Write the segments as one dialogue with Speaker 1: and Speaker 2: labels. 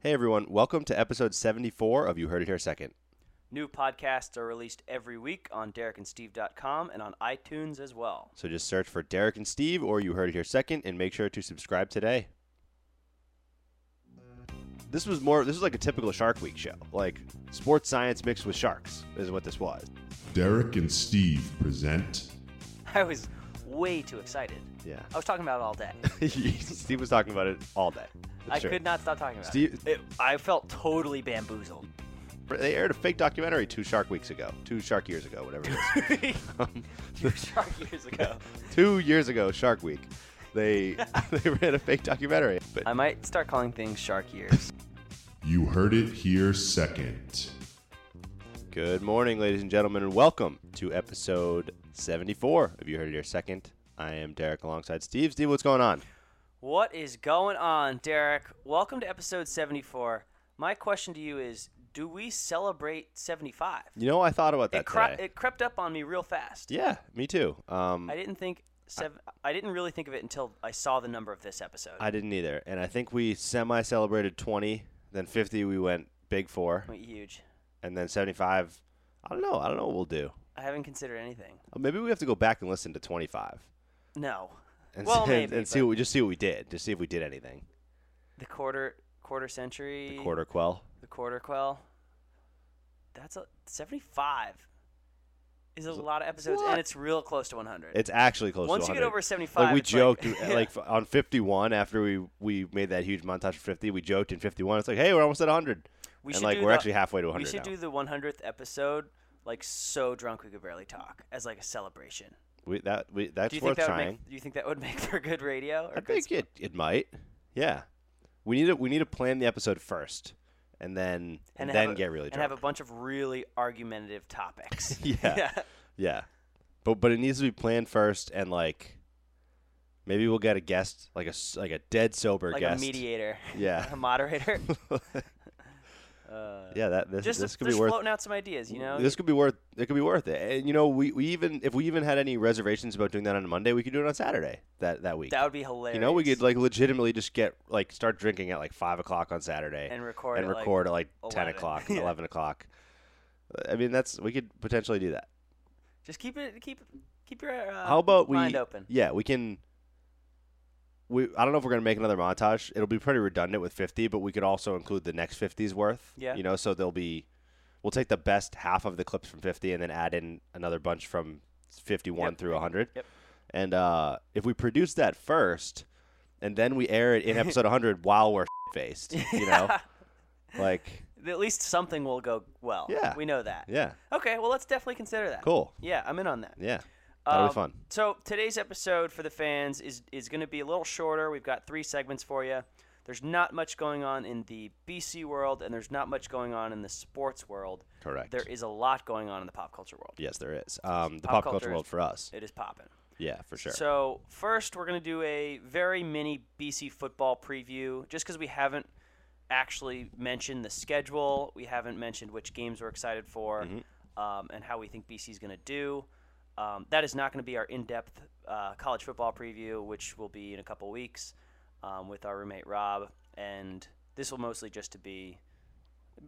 Speaker 1: Hey everyone, welcome to episode 74 of You Heard It Here Second.
Speaker 2: New podcasts are released every week on DerekandSteve.com and on iTunes as well.
Speaker 1: So just search for Derek and Steve or You Heard It Here Second and make sure to subscribe today. This was more this was like a typical Shark Week show. Like sports science mixed with sharks is what this was.
Speaker 3: Derek and Steve present.
Speaker 2: I was way too excited.
Speaker 1: Yeah.
Speaker 2: I was talking about it all day.
Speaker 1: Steve was talking about it all day.
Speaker 2: I
Speaker 1: Sure.
Speaker 2: could not stop talking about
Speaker 1: Steve-
Speaker 2: it. it. I felt totally bamboozled.
Speaker 1: They aired a fake documentary two Shark Weeks ago, two Shark years ago, whatever it
Speaker 2: Two
Speaker 1: is.
Speaker 2: shark years ago.
Speaker 1: two years ago, Shark Week, they they ran a fake documentary. But
Speaker 2: I might start calling things shark years.
Speaker 3: You heard it here second.
Speaker 1: Good morning, ladies and gentlemen, and welcome to episode 74 of You Heard It Here Second. I am Derek alongside Steve. Steve, what's going on?
Speaker 2: What is going on, Derek? Welcome to episode 74. My question to you is do we celebrate 75?
Speaker 1: You know, I thought about that
Speaker 2: It, cre-
Speaker 1: today.
Speaker 2: it crept up on me real fast.
Speaker 1: yeah, me too. Um,
Speaker 2: I
Speaker 1: I,
Speaker 2: didn't think seven. I didn't really think of it until I saw the number of this episode.
Speaker 1: didn't either. And I think we semi celebrated 20, then 50, we went big four,
Speaker 2: Went huge.
Speaker 1: and then 75. I don't know. I don't know what we'll do. Uh,
Speaker 2: I haven't considered anything.
Speaker 1: Maybe we have to go back and listen to 25
Speaker 2: No.
Speaker 1: and,
Speaker 2: Well,
Speaker 1: and,
Speaker 2: maybe,
Speaker 1: and see
Speaker 2: but-
Speaker 1: what we just see what we did, just see if we did anything.
Speaker 2: The quarter quarter century.
Speaker 1: The quarter quell.
Speaker 2: The quarter quell. That's a seventy five. Is a lot of episodes,
Speaker 1: What?
Speaker 2: and it's real close to one hundred.
Speaker 1: It's actually close.
Speaker 2: Once
Speaker 1: to
Speaker 2: you get
Speaker 1: 100.
Speaker 2: over seventy five,
Speaker 1: like we joked
Speaker 2: Like,
Speaker 1: like, on 51 after we we made that huge montage for 50 we joked in 51 it's like hey we're almost at 100
Speaker 2: we
Speaker 1: and
Speaker 2: should
Speaker 1: like
Speaker 2: do
Speaker 1: we're
Speaker 2: the-
Speaker 1: actually halfway to
Speaker 2: We
Speaker 1: 100
Speaker 2: should
Speaker 1: now.
Speaker 2: do the one hundredth episode like so drunk we could barely talk as like a celebration.
Speaker 1: we, that we, that's
Speaker 2: Do you
Speaker 1: worth
Speaker 2: think that
Speaker 1: trying
Speaker 2: would make? Do you think that would make for good radio? Or
Speaker 1: i
Speaker 2: good
Speaker 1: think it, it might yeah we need to we need to plan the episode first and then and,
Speaker 2: have
Speaker 1: then
Speaker 2: a-
Speaker 1: get really
Speaker 2: and have
Speaker 1: drunk
Speaker 2: a bunch of really argumentative topics.
Speaker 1: Yeah. yeah but but it needs to be planned first and like maybe we'll get a guest like a s- like a dead sober
Speaker 2: like
Speaker 1: guest
Speaker 2: a mediator,
Speaker 1: yeah
Speaker 2: a moderator. Uh,
Speaker 1: yeah that this,
Speaker 2: just
Speaker 1: this could
Speaker 2: just
Speaker 1: be worth
Speaker 2: floating out some ideas, you know.
Speaker 1: this could be worth it could be worth it and you know we, we even if we even had any reservations about doing that on a monday we could do it on saturday that that week
Speaker 2: that would be hilarious.
Speaker 1: you know we could like legitimately just get like start drinking at like five o'clock on saturday
Speaker 2: and record it, like-
Speaker 1: record at like 10
Speaker 2: 11.
Speaker 1: o'clock
Speaker 2: Yeah.
Speaker 1: 11 o'clock i mean that's we could potentially do that
Speaker 2: just keep it keep keep your uh,
Speaker 1: how about we
Speaker 2: mind open.
Speaker 1: yeah we can we i don't know if we're gonna make another montage it'll be pretty redundant with 50 but we could also include the next 50s worth
Speaker 2: Yeah.
Speaker 1: you know so there'll be we'll take the best half of the clips from 50 and then add in another bunch from 51
Speaker 2: Yep.
Speaker 1: through 100
Speaker 2: Yep.
Speaker 1: and uh if we produce that first and then we air it in episode 100 while we're faced you know like
Speaker 2: At least something will go well.
Speaker 1: Yeah.
Speaker 2: we know that.
Speaker 1: yeah
Speaker 2: Okay, well let's definitely consider that.
Speaker 1: cool
Speaker 2: Yeah, I'm in on that.
Speaker 1: yeah that'll
Speaker 2: Um,
Speaker 1: be fun
Speaker 2: So today's episode for the fans is is going to be a little shorter. We've got three segments for you. There's not much going on in the BC world, and there's not much going on in the sports world.
Speaker 1: correct
Speaker 2: There is a lot going on in the pop culture world.
Speaker 1: yes there is um the pop
Speaker 2: Pop
Speaker 1: culture
Speaker 2: culture is-
Speaker 1: world for us
Speaker 2: It is popping.
Speaker 1: yeah for sure
Speaker 2: So first, we're going to do a very mini BC football preview, just because we haven't actually mentioned the schedule. We haven't mentioned which games we're excited for,
Speaker 1: Mm-hmm.
Speaker 2: um, and how we think BC is going to do. Um, that is not going to be our in-depth uh, college football preview, which will be in a couple weeks um, with our roommate Rob, and this will mostly just to be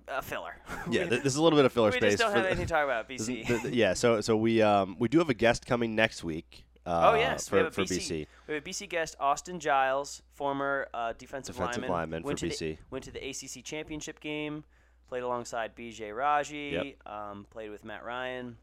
Speaker 2: a filler.
Speaker 1: yeah th- this is a little bit of filler
Speaker 2: we
Speaker 1: space
Speaker 2: just don't
Speaker 1: for
Speaker 2: have
Speaker 1: the-
Speaker 2: anything to talk about
Speaker 1: This is-
Speaker 2: BC.
Speaker 1: th- th- yeah, so so we um we do have a guest coming next week. Uh,
Speaker 2: Oh yes,
Speaker 1: for,
Speaker 2: we have a
Speaker 1: for
Speaker 2: BC, We have a BC guest, Austin Giles, former uh, defensive,
Speaker 1: Defensive lineman
Speaker 2: went
Speaker 1: for
Speaker 2: to the-
Speaker 1: BC.
Speaker 2: went to the ACC championship game, played alongside BJ Raji, um, played with Matt Ryan.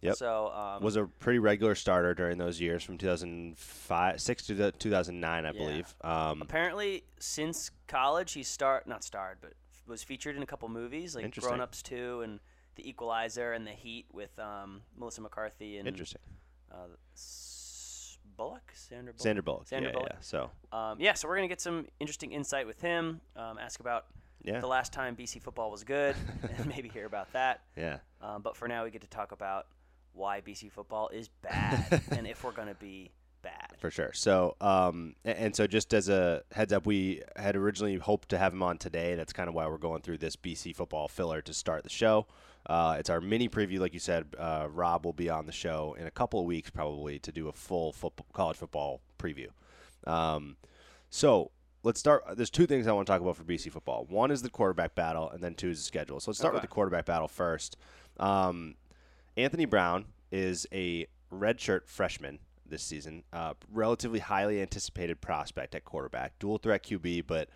Speaker 1: Yep.
Speaker 2: So um,
Speaker 1: Was a pretty regular starter during those years from 2005 six to the 2009, I
Speaker 2: Yeah.
Speaker 1: believe. Um,
Speaker 2: apparently since college he star not starred but f- was featured in a couple movies like
Speaker 1: Interesting.
Speaker 2: Grown Ups Two and The Equalizer and The Heat with um, Melissa McCarthy and
Speaker 1: interesting.
Speaker 2: uh, S- Bullock Sandra Bullock.
Speaker 1: Sandra Bullock.
Speaker 2: Sandra
Speaker 1: yeah,
Speaker 2: Bullock.
Speaker 1: yeah. So
Speaker 2: Um, yeah, so we're gonna get some interesting insight with him. Um, ask about
Speaker 1: Yeah.
Speaker 2: the last time BC football was good, and maybe hear about that.
Speaker 1: yeah,
Speaker 2: Um, but for now, we get to talk about why BC football is bad, and if we're gonna be bad.
Speaker 1: for sure. So um a- and so just as a heads up, we had originally hoped to have him on today. That's kind of why we're going through this BC football filler to start the show. Uh, it's our mini preview, like you said. Uh, Rob will be on the show in a couple of weeks, probably, to do a full football, college football preview. Um, so let's start. There's two things I want to talk about for BC football. One is the quarterback battle, and then two is the schedule. So let's start with
Speaker 2: Okay.
Speaker 1: the quarterback battle first. Um, Anthony Brown is a redshirt freshman this season, uh, relatively highly anticipated prospect at quarterback, dual threat QB, but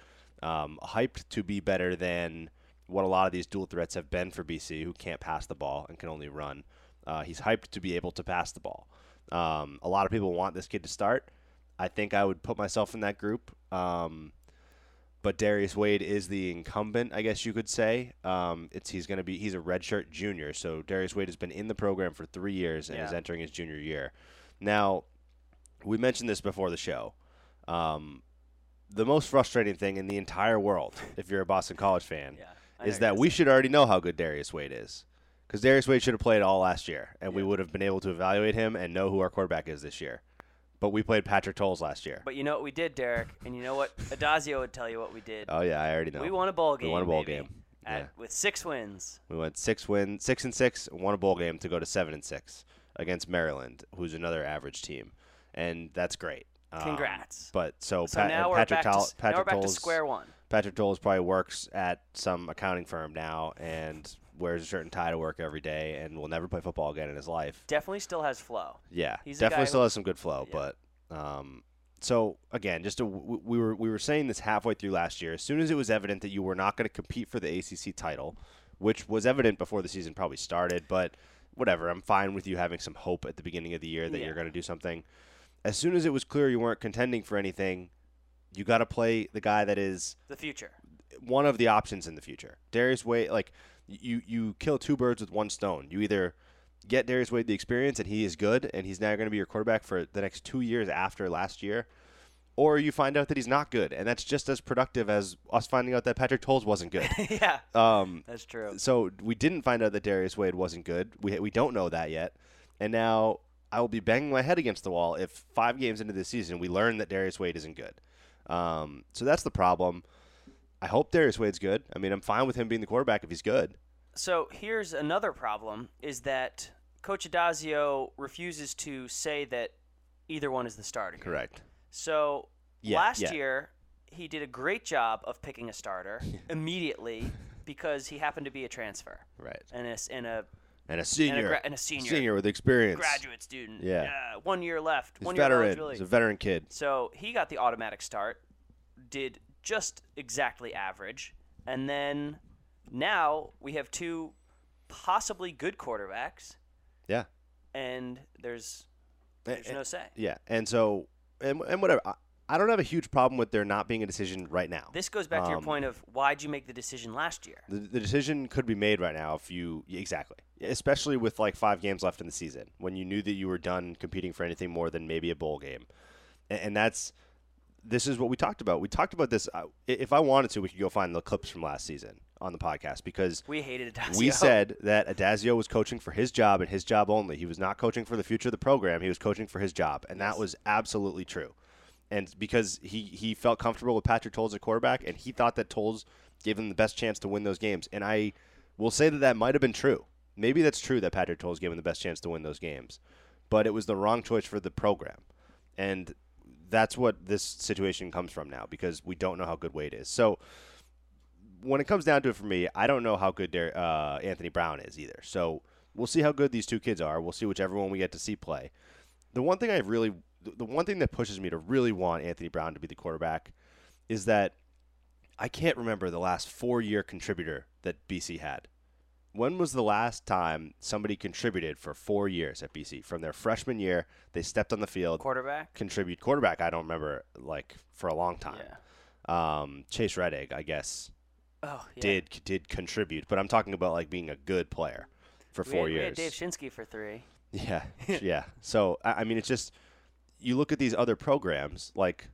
Speaker 1: um, hyped to be better than what a lot of these dual threats have been for BC, who can't pass the ball and can only run. Uh, he's hyped to be able to pass the ball. Um, a lot of people want this kid to start. I think I would put myself in that group. Um, but Darius Wade is the incumbent, I guess you could say. Um, it's he's going to be he's a redshirt junior, so Darius Wade has been in the program for three years and is
Speaker 2: Yeah.
Speaker 1: entering his junior year. Now, we mentioned this before the show. Um, the most frustrating thing in the entire world, if you're a Boston College fan,
Speaker 2: Yeah, I know
Speaker 1: is
Speaker 2: you're
Speaker 1: that
Speaker 2: gonna
Speaker 1: we should already know how good Darius Wade is. Because Darius Wade should have played all last year, and we would have been able to evaluate him and know who our quarterback is this year. But we played Patrick Tolles last year.
Speaker 2: But you know what we did, Derek, and you know what Adazio would tell you what we did.
Speaker 1: oh yeah, I already know.
Speaker 2: We won a bowl game.
Speaker 1: We won a bowl
Speaker 2: baby,
Speaker 1: game.
Speaker 2: at-
Speaker 1: Yeah.
Speaker 2: with six wins.
Speaker 1: We went six win, six and six, won a bowl game to go to seven and six against Maryland, who's another average team, and that's great. Um,
Speaker 2: Congrats.
Speaker 1: but so,
Speaker 2: So
Speaker 1: Pat-
Speaker 2: now
Speaker 1: and
Speaker 2: we're
Speaker 1: Patrick
Speaker 2: back to
Speaker 1: Tol-
Speaker 2: s- now
Speaker 1: Patrick
Speaker 2: we're back to
Speaker 1: Tolles-
Speaker 2: square one.
Speaker 1: Patrick Tolles probably works at some accounting firm now and wears a shirt and tie to work every day, and will never play football again in his life.
Speaker 2: Definitely still has flow.
Speaker 1: Yeah,
Speaker 2: He's a guy
Speaker 1: definitely
Speaker 2: who-
Speaker 1: still has some good flow,
Speaker 2: Yeah.
Speaker 1: but um, so again, just to, w- we were we were saying this halfway through last year. As soon as it was evident that you were not going to compete for the ACC title, which was evident before the season probably started, but whatever, I'm fine with you having some hope at the beginning of the year that
Speaker 2: Yeah.
Speaker 1: you're going to do something. As soon as it was clear you weren't contending for anything, you got to play the guy that is
Speaker 2: The future.
Speaker 1: one of the options in the future. Darius Wade, like you, you kill two birds with one stone. You either get Darius Wade the experience, and he is good, and he's now going to be your quarterback for the next two years after last year, or you find out that he's not good, and that's just as productive as us finding out that Patrick Tolles wasn't good.
Speaker 2: yeah,
Speaker 1: um,
Speaker 2: that's true.
Speaker 1: so we didn't find out that Darius Wade wasn't good. We we don't know that yet, and now I will be banging my head against the wall if five games into the season we learn that Darius Wade isn't good. Um, so that's the problem. I hope Darius Wade's good. I mean, I'm fine with him being the quarterback if he's good.
Speaker 2: So here's another problem: is that Coach Adazio refuses to say that either one is the starter.
Speaker 1: Correct.
Speaker 2: So
Speaker 1: Yeah,
Speaker 2: last
Speaker 1: yeah.
Speaker 2: year he did a great job of picking a starter immediately because he happened to be a transfer
Speaker 1: Right.
Speaker 2: and a s- and a
Speaker 1: And a senior.
Speaker 2: gra- and a senior.
Speaker 1: with experience.
Speaker 2: graduate student.
Speaker 1: Yeah.
Speaker 2: one year left.
Speaker 1: He's
Speaker 2: one year
Speaker 1: veteran.
Speaker 2: eligibility.
Speaker 1: He's a veteran kid.
Speaker 2: So he got the automatic start, did just exactly average, and then now we have two possibly good quarterbacks,
Speaker 1: Yeah.
Speaker 2: and there's there's no say.
Speaker 1: Yeah. And so and and whatever. I, I don't have a huge problem with there not being a decision right now.
Speaker 2: This goes back to your
Speaker 1: Um,
Speaker 2: point of why'd you make the decision last year?
Speaker 1: The, the decision could be made right now if you exactly, especially with like five games left in the season, when you knew that you were done competing for anything more than maybe a bowl game, and, and that's this is what we talked about. We talked about this. uh, I- If I wanted to, we could go find the clips from last season on the podcast because
Speaker 2: We hated Adazio.
Speaker 1: we said that Adazio was coaching for his job and his job only. He was not coaching for the future of the program. He was coaching for his job, and that was absolutely true. And because he he felt comfortable with Patrick Tolles at quarterback, and he thought that Tolles gave him the best chance to win those games. And I will say that that might have been true. Maybe that's true that Patrick Tolles gave him the best chance to win those games, but it was the wrong choice for the program, and that's what this situation comes from now because we don't know how good Wade is. So when it comes down to it for me, I don't know how good Dar- uh, Anthony Brown is either. So we'll see how good these two kids are. We'll see whichever one we get to see play. The one thing I really, the one thing that pushes me to really want Anthony Brown to be the quarterback is that I can't remember the last four year contributor that BC had. When was the last time somebody contributed for four years at BC? From their freshman year, they stepped on the field,
Speaker 2: quarterback.
Speaker 1: contribute quarterback. I don't remember like for a long time.
Speaker 2: Yeah.
Speaker 1: Um, Chase Reddick, I guess
Speaker 2: Oh, yeah.
Speaker 1: did did contribute, but I'm talking about like being a good player for
Speaker 2: we
Speaker 1: four
Speaker 2: had, We had
Speaker 1: years.
Speaker 2: Dave Shinsky for three.
Speaker 1: yeah, yeah. So I, I mean, it's just you look at these other programs like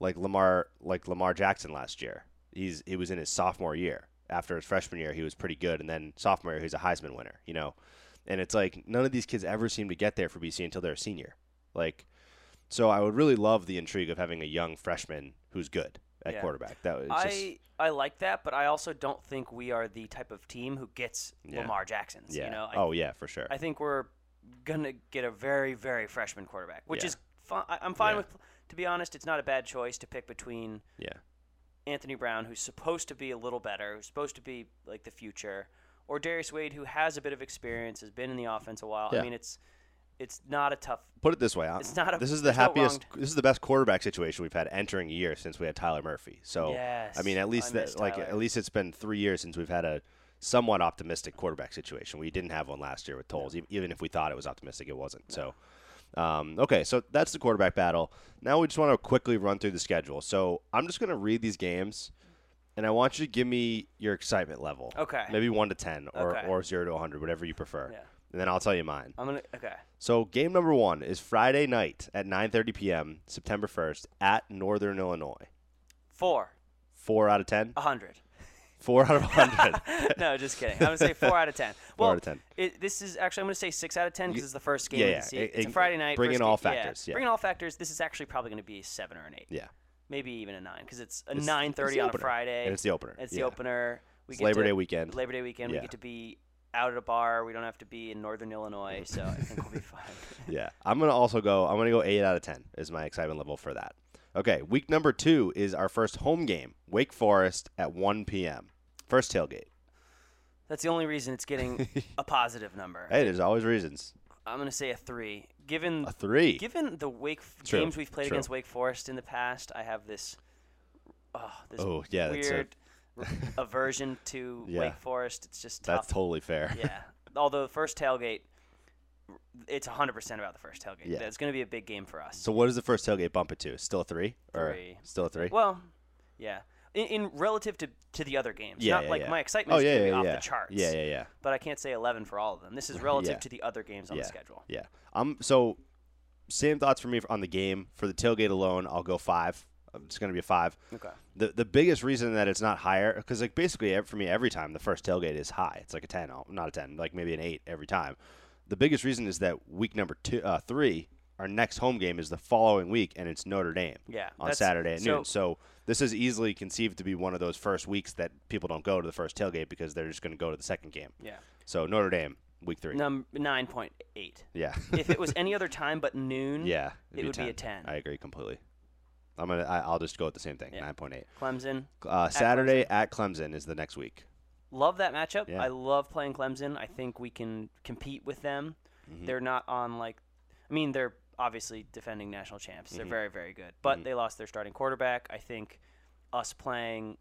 Speaker 1: like Lamar like Lamar Jackson last year. He's he was in his sophomore year. After his freshman year, he was pretty good, and then sophomore year, he's a Heisman winner. You know, and it's like none of these kids ever seem to get there for BC until they're a senior. Like, so I would really love the intrigue of having a young freshman who's good at
Speaker 2: Yeah.
Speaker 1: quarterback. That was just,
Speaker 2: I I like that, but I also don't think we are the type of team who gets
Speaker 1: Yeah.
Speaker 2: Lamar Jacksons.
Speaker 1: yeah.
Speaker 2: You know, I
Speaker 1: oh yeah, for sure.
Speaker 2: I think we're gonna get a very, very freshman quarterback, which
Speaker 1: Yeah.
Speaker 2: is fi- I- I'm fine
Speaker 1: Yeah.
Speaker 2: with. To be honest, it's not a bad choice to pick between
Speaker 1: Yeah.
Speaker 2: Anthony Brown, who's supposed to be a little better, who's supposed to be like the future, or Darius Wade, who has a bit of experience, has been in the offense a while.
Speaker 1: Yeah.
Speaker 2: I mean, it's it's not a tough.
Speaker 1: Put it this way, I-
Speaker 2: It's not a-
Speaker 1: this is the
Speaker 2: it's not
Speaker 1: happiest.
Speaker 2: wronged.
Speaker 1: This is the best quarterback situation we've had entering a year since we had Tyler Murphy. So
Speaker 2: Yes,
Speaker 1: I mean, at least
Speaker 2: I miss
Speaker 1: that, like
Speaker 2: Tyler.
Speaker 1: at least it's been three years since we've had a somewhat optimistic quarterback situation. We didn't have one last year with Tolles, e- even if we thought it was optimistic, it wasn't. So, um, okay, so that's the quarterback battle. Now we just want to quickly run through the schedule. So I'm just going to read these games, and I want you to give me your excitement level.
Speaker 2: Okay.
Speaker 1: Maybe one to ten, or
Speaker 2: Okay.
Speaker 1: or zero to 100, whatever you prefer.
Speaker 2: Yeah.
Speaker 1: And then I'll tell you mine.
Speaker 2: I'm gonna okay.
Speaker 1: So game number one is Friday night at 9:30 p.m. September 1st at Northern Illinois.
Speaker 2: Four,
Speaker 1: Four out of ten.
Speaker 2: a hundred.
Speaker 1: Four out of hundred.
Speaker 2: no, just kidding. I'm gonna say four out of ten. Well,
Speaker 1: out of 10.
Speaker 2: It, this is actually I'm gonna say six out of ten because it's the first game
Speaker 1: yeah,
Speaker 2: of
Speaker 1: yeah.
Speaker 2: the season.
Speaker 1: It-
Speaker 2: it's a
Speaker 1: it-
Speaker 2: Friday night.
Speaker 1: bring
Speaker 2: first
Speaker 1: in all
Speaker 2: game. Yeah,
Speaker 1: factors, yeah.
Speaker 2: Bring in all factors. This is actually probably gonna be a seven or an eight.
Speaker 1: yeah.
Speaker 2: Maybe even a nine because it's a
Speaker 1: It's-
Speaker 2: nine
Speaker 1: it's
Speaker 2: thirty
Speaker 1: the
Speaker 2: on
Speaker 1: opener.
Speaker 2: a Friday.
Speaker 1: And it's the opener.
Speaker 2: It's
Speaker 1: Yeah.
Speaker 2: the opener. We
Speaker 1: It's
Speaker 2: get
Speaker 1: Labor
Speaker 2: to-
Speaker 1: Day weekend.
Speaker 2: Labor Day weekend.
Speaker 1: Yeah.
Speaker 2: We get to be out at a bar. We don't have to be in Northern Illinois, so I think we'll be fine.
Speaker 1: Yeah. I'm gonna also go. I'm gonna go eight out of ten is my excitement level for that. Okay. Week number two is our first home game, Wake Forest at 1 p.m. First tailgate.
Speaker 2: That's the only reason it's getting a positive number.
Speaker 1: Hey, there's always reasons.
Speaker 2: I'm gonna say a three. Given
Speaker 1: A three.
Speaker 2: given the Wake f-
Speaker 1: True,
Speaker 2: games we've played
Speaker 1: true.
Speaker 2: against Wake Forest in the past, I have this, oh, this
Speaker 1: Oh, yeah, that's a-
Speaker 2: weird r- aversion to
Speaker 1: Yeah.
Speaker 2: Wake Forest. It's just tough.
Speaker 1: That's totally fair.
Speaker 2: yeah. Although the first tailgate, it's 100% about the first tailgate.
Speaker 1: Yeah.
Speaker 2: That's going to be a big game for us.
Speaker 1: So what does the first tailgate bump it to? Still a three? Or
Speaker 2: Three.
Speaker 1: still a three?
Speaker 2: Well, yeah. In, in relative to, to the other games,
Speaker 1: yeah,
Speaker 2: not
Speaker 1: yeah,
Speaker 2: like
Speaker 1: yeah.
Speaker 2: my excitement
Speaker 1: oh,
Speaker 2: is
Speaker 1: yeah,
Speaker 2: going to
Speaker 1: yeah,
Speaker 2: be off
Speaker 1: yeah.
Speaker 2: the charts.
Speaker 1: Yeah, yeah, yeah.
Speaker 2: But I can't say 11 for all of them. This is relative
Speaker 1: Yeah.
Speaker 2: to the other games on
Speaker 1: yeah.
Speaker 2: the schedule.
Speaker 1: Yeah. Um. So, same thoughts for me on the game. For the tailgate alone, I'll go five. It's going to be a five.
Speaker 2: Okay.
Speaker 1: The the biggest reason that it's not higher because like basically ev- for me every time the first tailgate is high. It's like a ten, oh, not a ten, like maybe an eight every time. The biggest reason is that week number two, uh, three, our next home game is the following week, and it's Notre Dame.
Speaker 2: Yeah,
Speaker 1: On
Speaker 2: that's-
Speaker 1: Saturday at
Speaker 2: so-
Speaker 1: noon. So this is easily conceived to be one of those first weeks that people don't go to the first tailgate because they're just going to go to the second game.
Speaker 2: Yeah.
Speaker 1: So Notre Dame week three.
Speaker 2: Num- 9.8.
Speaker 1: Yeah.
Speaker 2: if it was any other time but noon,
Speaker 1: Yeah,
Speaker 2: Mm-hmm. it would be a 10.
Speaker 1: I agree completely. I'm gonna. I, I'll just go with the same thing.
Speaker 2: Yeah.
Speaker 1: Nine point eight.
Speaker 2: Clemson.
Speaker 1: Uh, Saturday at Clemson is the next week.
Speaker 2: Love that matchup.
Speaker 1: Yeah.
Speaker 2: I love playing Clemson. I think we can compete with them.
Speaker 1: Mm-hmm.
Speaker 2: They're not on like I mean, they're obviously defending national champs.
Speaker 1: Mm-hmm.
Speaker 2: They're very, very good. But they lost their starting quarterback. I think us playing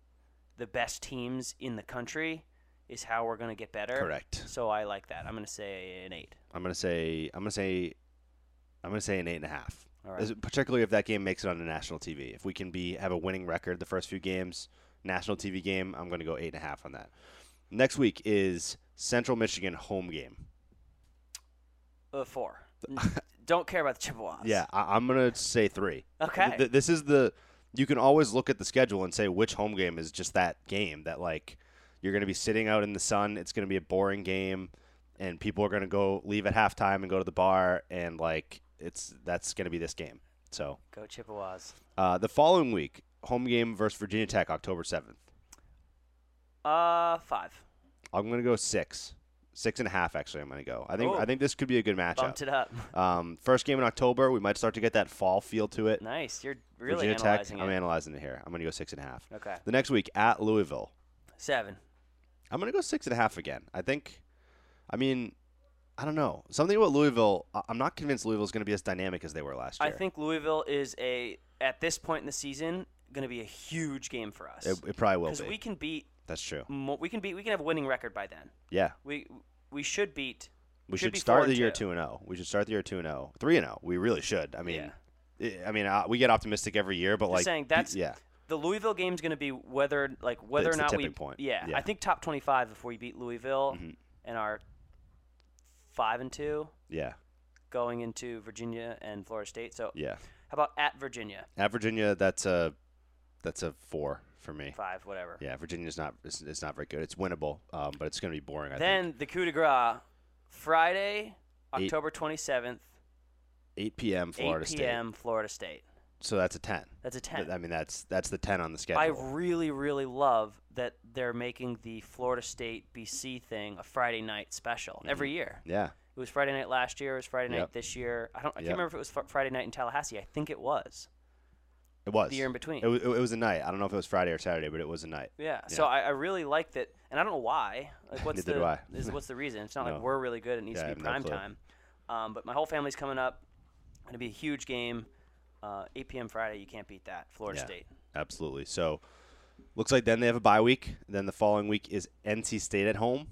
Speaker 2: the best teams in the country is how we're gonna get better.
Speaker 1: Correct.
Speaker 2: So I like that. I'm gonna say an eight.
Speaker 1: I'm gonna say. I'm gonna say. I'm gonna say an eight and a half.
Speaker 2: All right.
Speaker 1: Is- Particularly if that game makes it on the national TV. If we can be have a winning record the first few games, national TV game, I'm gonna go eight and a half on that. Next week is Central Michigan home game.
Speaker 2: Uh, four. N- Don't care about the Chippewas.
Speaker 1: Yeah, I, I'm gonna say three.
Speaker 2: Okay.
Speaker 1: Th- th- this is the. You can always look at the schedule and say which home game is just that game that like you're gonna be sitting out in the sun. It's gonna be a boring game, and people are gonna go leave at halftime and go to the bar, and like it's that's gonna be this game. So
Speaker 2: Go Chippewas.
Speaker 1: uh, the following week, home game versus Virginia Tech, October seventh.
Speaker 2: Uh, five.
Speaker 1: I'm gonna go six, six and a half. Actually, I'm gonna go. I think
Speaker 2: Oh.
Speaker 1: I think this could be a good matchup.
Speaker 2: Bumped it up.
Speaker 1: Um, first game in October, we might start to get that fall feel to it.
Speaker 2: nice. You're really
Speaker 1: Virginia Tech.
Speaker 2: analyzing
Speaker 1: I'm
Speaker 2: it.
Speaker 1: analyzing it here. I'm gonna go six and a half.
Speaker 2: Okay.
Speaker 1: The next week at Louisville,
Speaker 2: Seven.
Speaker 1: I'm gonna go six and a half again. I think. I mean, I don't know. Something about Louisville. I- I'm not convinced Louisville's gonna be as dynamic as they were last year.
Speaker 2: I think Louisville is a at this point in the season going to be a huge game for us
Speaker 1: it, it probably will
Speaker 2: because
Speaker 1: be.
Speaker 2: we can beat
Speaker 1: That's true.
Speaker 2: mo- we can beat we can have a winning record by then.
Speaker 1: Yeah,
Speaker 2: We we should beat.
Speaker 1: we
Speaker 2: should
Speaker 1: should,
Speaker 2: be four
Speaker 1: start the
Speaker 2: and
Speaker 1: year
Speaker 2: two.
Speaker 1: two and zero. We should start the year two and zero, three and zero. We really should. I mean, I I mean, uh, we get optimistic every year, but like
Speaker 2: saying, that's-
Speaker 1: yeah,
Speaker 2: The Louisville game's going to be whether like whether
Speaker 1: It's
Speaker 2: or
Speaker 1: the
Speaker 2: not we
Speaker 1: tipping point.
Speaker 2: Yeah,
Speaker 1: Yeah. Mm-hmm.
Speaker 2: I think top twenty five if we beat Louisville and our five and two
Speaker 1: yeah,
Speaker 2: going into Virginia and Florida State. So
Speaker 1: yeah.
Speaker 2: how about at Virginia
Speaker 1: At Virginia, that's a that's a four for me.
Speaker 2: five whatever.
Speaker 1: Yeah, Virginia's not it's, it's not very good. It's winnable, um, but it's gonna be boring. I think.
Speaker 2: then the coup de grace Friday October twenty seventh
Speaker 1: 8 p.m.
Speaker 2: eight
Speaker 1: Florida State.
Speaker 2: p.m. Florida State.
Speaker 1: So that's a ten.
Speaker 2: That's a 10.
Speaker 1: Th- I mean, that's that's the ten on the schedule.
Speaker 2: I really, really love that they're making the Florida State BC thing a Friday night special every year.
Speaker 1: yeah,
Speaker 2: It was Friday night last year. It was Friday night
Speaker 1: Mm-hmm. Yep.
Speaker 2: this year. I don't. I
Speaker 1: Yep.
Speaker 2: can't remember if it was fr- Friday night in Tallahassee. I think it was.
Speaker 1: it was
Speaker 2: the year in between.
Speaker 1: It, wa- it was a night. I don't know if it was Friday or Saturday, but it was a night.
Speaker 2: Yeah. So I, I really like that, and I don't know why. Like, what's
Speaker 1: Neither do
Speaker 2: the
Speaker 1: I.
Speaker 2: is, what's the reason? It's not
Speaker 1: No.
Speaker 2: like we're really good. It needs
Speaker 1: Yeah, I
Speaker 2: to
Speaker 1: have
Speaker 2: be
Speaker 1: no
Speaker 2: prime
Speaker 1: clue.
Speaker 2: time. Um, but my whole family's coming up. It'll be a huge game. Uh, 8 p.m. Friday. You can't beat that. Florida
Speaker 1: Yeah,
Speaker 2: State.
Speaker 1: absolutely. So looks like then they have a bye week. Then the following week is NC State at home. Uh,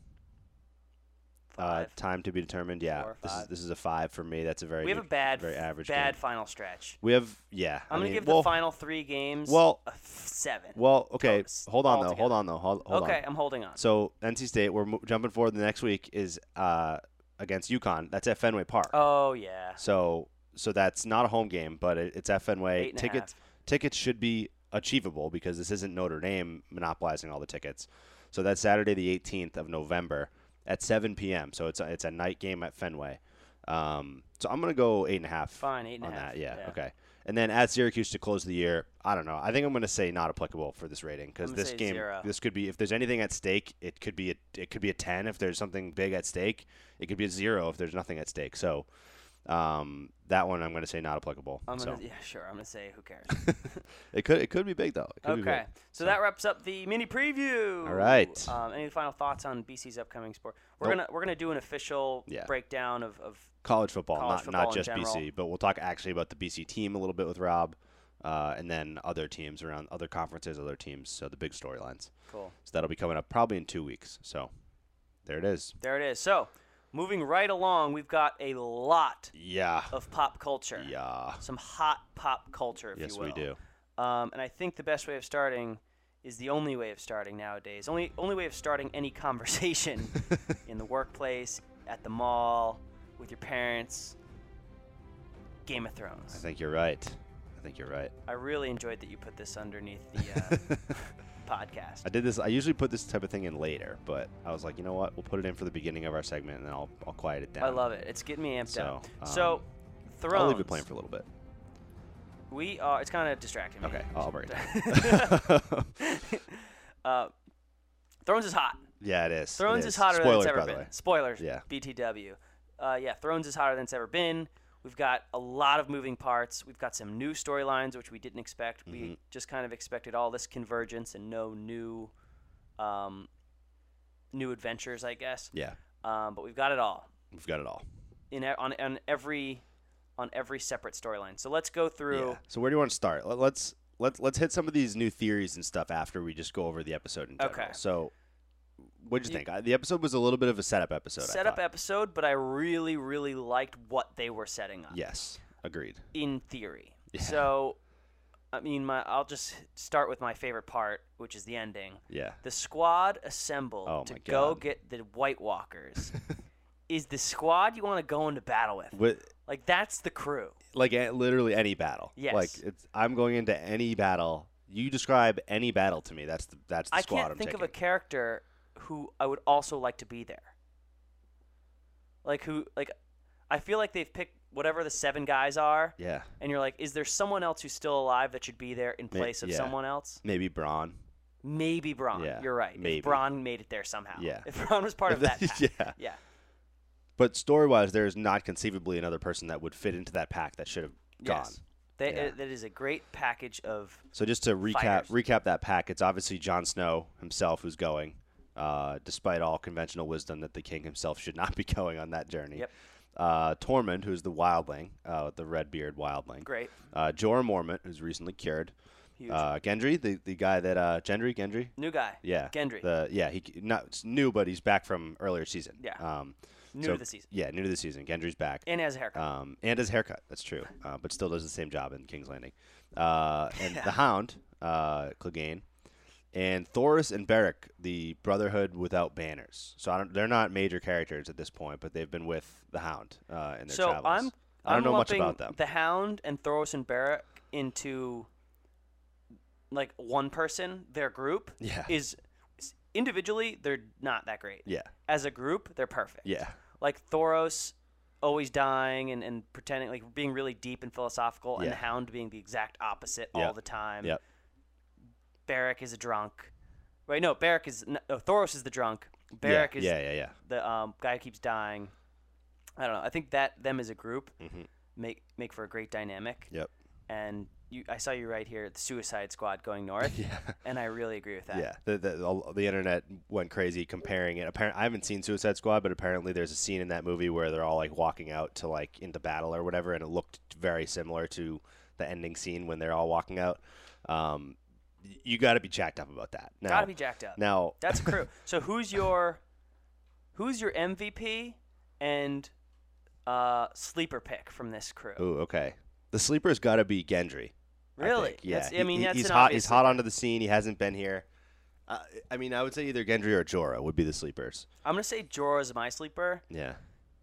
Speaker 2: Five.
Speaker 1: time to be determined. Yeah,
Speaker 2: Four,
Speaker 1: this is
Speaker 2: five.
Speaker 1: this is a five for me. That's a very
Speaker 2: we have a
Speaker 1: good-
Speaker 2: bad,
Speaker 1: very average
Speaker 2: bad
Speaker 1: game.
Speaker 2: final stretch.
Speaker 1: We have yeah.
Speaker 2: I'm
Speaker 1: I
Speaker 2: gonna
Speaker 1: mean,
Speaker 2: give
Speaker 1: well,
Speaker 2: the final three games.
Speaker 1: well-
Speaker 2: a f- seven.
Speaker 1: Well, okay,
Speaker 2: totes
Speaker 1: hold on though. Hold
Speaker 2: altogether.
Speaker 1: on though. Hold, hold
Speaker 2: okay,
Speaker 1: on.
Speaker 2: I'm holding on.
Speaker 1: So NC State, we're mo- jumping forward. The next week is uh, against UConn. That's at Fenway Park.
Speaker 2: oh yeah.
Speaker 1: So so that's not a home game, but it, it's at Fenway.
Speaker 2: Eight and a
Speaker 1: tickets
Speaker 2: half.
Speaker 1: tickets should be achievable because this isn't Notre Dame monopolizing all the tickets. So that's Saturday the 18th of November at 7 p.m. So it's a, it's a night game at Fenway. Um, so I'm gonna go eight and a half.
Speaker 2: Fine, eight and a
Speaker 1: on
Speaker 2: half,
Speaker 1: that. Yeah,
Speaker 2: yeah.
Speaker 1: Okay. And then at Syracuse to close the year, I don't know. I think I'm gonna say not applicable for this rating because
Speaker 2: I'm gonna
Speaker 1: this
Speaker 2: say
Speaker 1: game,
Speaker 2: zero.
Speaker 1: this could be if there's anything at stake, it could be a it could be a ten if there's something big at stake. It could be a zero if there's nothing at stake. So um, that one I'm gonna say not applicable.
Speaker 2: I'm
Speaker 1: so
Speaker 2: gonna yeah sure. I'm gonna say who cares.
Speaker 1: it could it could be big though. It could Be
Speaker 2: Okay,
Speaker 1: big.
Speaker 2: so that wraps up the mini preview.
Speaker 1: All right.
Speaker 2: Um, any final thoughts on BC's upcoming sport? We're
Speaker 1: Nope.
Speaker 2: gonna we're gonna do an official
Speaker 1: Yeah.
Speaker 2: breakdown of, of
Speaker 1: College football,
Speaker 2: College
Speaker 1: not
Speaker 2: football
Speaker 1: not
Speaker 2: in
Speaker 1: just
Speaker 2: general.
Speaker 1: BC, but we'll talk actually about the BC team a little bit with Rob, uh, and then other teams around other conferences, other teams. So the big storylines.
Speaker 2: cool.
Speaker 1: So that'll be coming up probably in two weeks. So there it is.
Speaker 2: There it is. So moving right along, we've got a lot
Speaker 1: Yeah.
Speaker 2: of pop culture.
Speaker 1: Yeah.
Speaker 2: Some hot pop culture, if
Speaker 1: Yes,
Speaker 2: you will.
Speaker 1: we do.
Speaker 2: Um, and I think the best way of starting is the only way of starting nowadays. Only only way of starting any conversation in the workplace, at the mall, with your parents. Game of Thrones.
Speaker 1: I think you're right. I think you're right.
Speaker 2: I really enjoyed that you put this underneath the uh, podcast.
Speaker 1: I did this. I usually put this type of thing in later, but I was like, you know what? We'll put it in for the beginning of our segment, and then I'll I'll quiet it down.
Speaker 2: I love it. It's getting me amped up.
Speaker 1: So, um,
Speaker 2: so, Thrones.
Speaker 1: I'll leave it playing for a little bit.
Speaker 2: We are. It's kind of distracting me.
Speaker 1: Okay, I'll break it down.
Speaker 2: Uh, Thrones is hot.
Speaker 1: yeah, it is.
Speaker 2: Thrones
Speaker 1: it
Speaker 2: is.
Speaker 1: is.
Speaker 2: hotter
Speaker 1: Spoilers,
Speaker 2: than it's
Speaker 1: by
Speaker 2: ever
Speaker 1: the
Speaker 2: been.
Speaker 1: way.
Speaker 2: Spoilers.
Speaker 1: Yeah.
Speaker 2: BTW. Uh, yeah. Thrones is hotter than it's ever been. We've got a lot of moving parts. We've got some new storylines which we didn't expect.
Speaker 1: Mm-hmm.
Speaker 2: We just kind of expected all this convergence and no new, um, new adventures, I guess.
Speaker 1: Yeah,
Speaker 2: Um, but we've got it all.
Speaker 1: we've got it all.
Speaker 2: in e- on on every on every separate storyline. So let's go through.
Speaker 1: Yeah. So where do you want to start? Let- Let's let's let's hit some of these new theories and stuff after we just go over the episode in general.
Speaker 2: Okay.
Speaker 1: So, what'd you, think? I, the episode was a little bit of a setup episode. I
Speaker 2: Setup
Speaker 1: thought.
Speaker 2: episode, but I really, really liked what they were setting up
Speaker 1: Yes, agreed.
Speaker 2: in theory. So, I mean, my I'll just start with my favorite part, which is the ending.
Speaker 1: Yeah.
Speaker 2: The squad assembled
Speaker 1: Oh
Speaker 2: to
Speaker 1: my
Speaker 2: go
Speaker 1: God.
Speaker 2: get the White Walkers. is the squad you want to go into battle with?
Speaker 1: With
Speaker 2: Like that's the crew.
Speaker 1: like a- literally any battle.
Speaker 2: Yes.
Speaker 1: Like it's, I'm going into any battle. You describe any battle to me. That's the that's the
Speaker 2: I
Speaker 1: squad
Speaker 2: can't
Speaker 1: I'm
Speaker 2: think
Speaker 1: taking.
Speaker 2: of a character who I would also like to be there. Like who like I feel like they've picked whatever the seven guys are
Speaker 1: yeah.
Speaker 2: and you're like is there someone else who's still alive that should be there in
Speaker 1: May-
Speaker 2: place of
Speaker 1: yeah.
Speaker 2: someone else?
Speaker 1: Maybe Braun.
Speaker 2: Maybe Braun.
Speaker 1: Yeah,
Speaker 2: you're right.
Speaker 1: maybe.
Speaker 2: If Braun made it there somehow.
Speaker 1: Yeah.
Speaker 2: If Braun was part of that. pack.
Speaker 1: yeah.
Speaker 2: Yeah.
Speaker 1: But story wise, there is not conceivably another person that would fit into that pack that should have gone.
Speaker 2: Yes. That,
Speaker 1: Yeah.
Speaker 2: that is a great package of
Speaker 1: So just to recap,
Speaker 2: Fighters.
Speaker 1: recap that pack. It's obviously Jon Snow himself who's going, uh, despite all conventional wisdom that the king himself should not be going on that journey.
Speaker 2: Yep.
Speaker 1: Uh, Tormund, who's the wildling, uh, the red beard wildling.
Speaker 2: Great.
Speaker 1: Uh, Jorah Mormont, who's recently cured.
Speaker 2: Huge.
Speaker 1: Uh, Gendry, the, the guy that uh, Gendry, Gendry,
Speaker 2: new guy.
Speaker 1: yeah,
Speaker 2: Gendry.
Speaker 1: The yeah, he not it's new, but he's back from earlier season.
Speaker 2: Yeah.
Speaker 1: Um,
Speaker 2: New
Speaker 1: so-
Speaker 2: to the season.
Speaker 1: Yeah, new to the season. Gendry's back.
Speaker 2: and has a haircut.
Speaker 1: Um, and his haircut. That's true. Uh, but still does the same job in King's Landing. Uh, and the Hound, uh, Clegane, and Thoris and Beric, the Brotherhood without banners. So I don't, they're not major characters at this point, but they've been with the Hound uh, in their
Speaker 2: so
Speaker 1: travels.
Speaker 2: I'm,
Speaker 1: I don't
Speaker 2: I'm
Speaker 1: know much
Speaker 2: lumping
Speaker 1: about them.
Speaker 2: The Hound and Thoros and Barrack into like one person, their group
Speaker 1: Yeah.
Speaker 2: is individually they're not that great.
Speaker 1: yeah,
Speaker 2: As a group, they're perfect.
Speaker 1: yeah,
Speaker 2: Like Thoros always dying and, and pretending like being really deep and philosophical, and
Speaker 1: Yeah.
Speaker 2: the Hound being the exact opposite
Speaker 1: Yeah.
Speaker 2: all the time.
Speaker 1: Yep.
Speaker 2: Barrack is a drunk. Right? No, Barrack is no, Thoros is the drunk.
Speaker 1: Yeah,
Speaker 2: Barrack is
Speaker 1: yeah, yeah, yeah.
Speaker 2: the um, guy who keeps dying. I don't know. I think that them as a group
Speaker 1: Mm-hmm.
Speaker 2: make make for a great dynamic.
Speaker 1: Yep.
Speaker 2: And you, I saw you right here, the Suicide Squad going north.
Speaker 1: Yeah.
Speaker 2: And I really agree with that.
Speaker 1: Yeah, the, the all- the internet went crazy comparing it. Apparently, I haven't seen Suicide Squad, but apparently there's a scene in that movie where they're all like walking out to like into battle or whatever, and it looked very similar to the ending scene when they're all walking out. Um, y- you got to be jacked up about that. Now,
Speaker 2: Gotta be jacked up.
Speaker 1: Now,
Speaker 2: That's a crew. so who's your who's your MVP and uh, sleeper pick from this crew?
Speaker 1: ooh, okay, the sleeper's got to be Gendry. I
Speaker 2: really?
Speaker 1: think. Yeah.
Speaker 2: That's- I
Speaker 1: He-
Speaker 2: mean,
Speaker 1: he-
Speaker 2: that's
Speaker 1: he's
Speaker 2: an
Speaker 1: hot.
Speaker 2: obvious
Speaker 1: He's hot onto the scene. He hasn't been here. Uh, I mean, I would say either Gendry or Jorah would be the sleepers.
Speaker 2: I'm gonna say Jorah's my sleeper
Speaker 1: Yeah.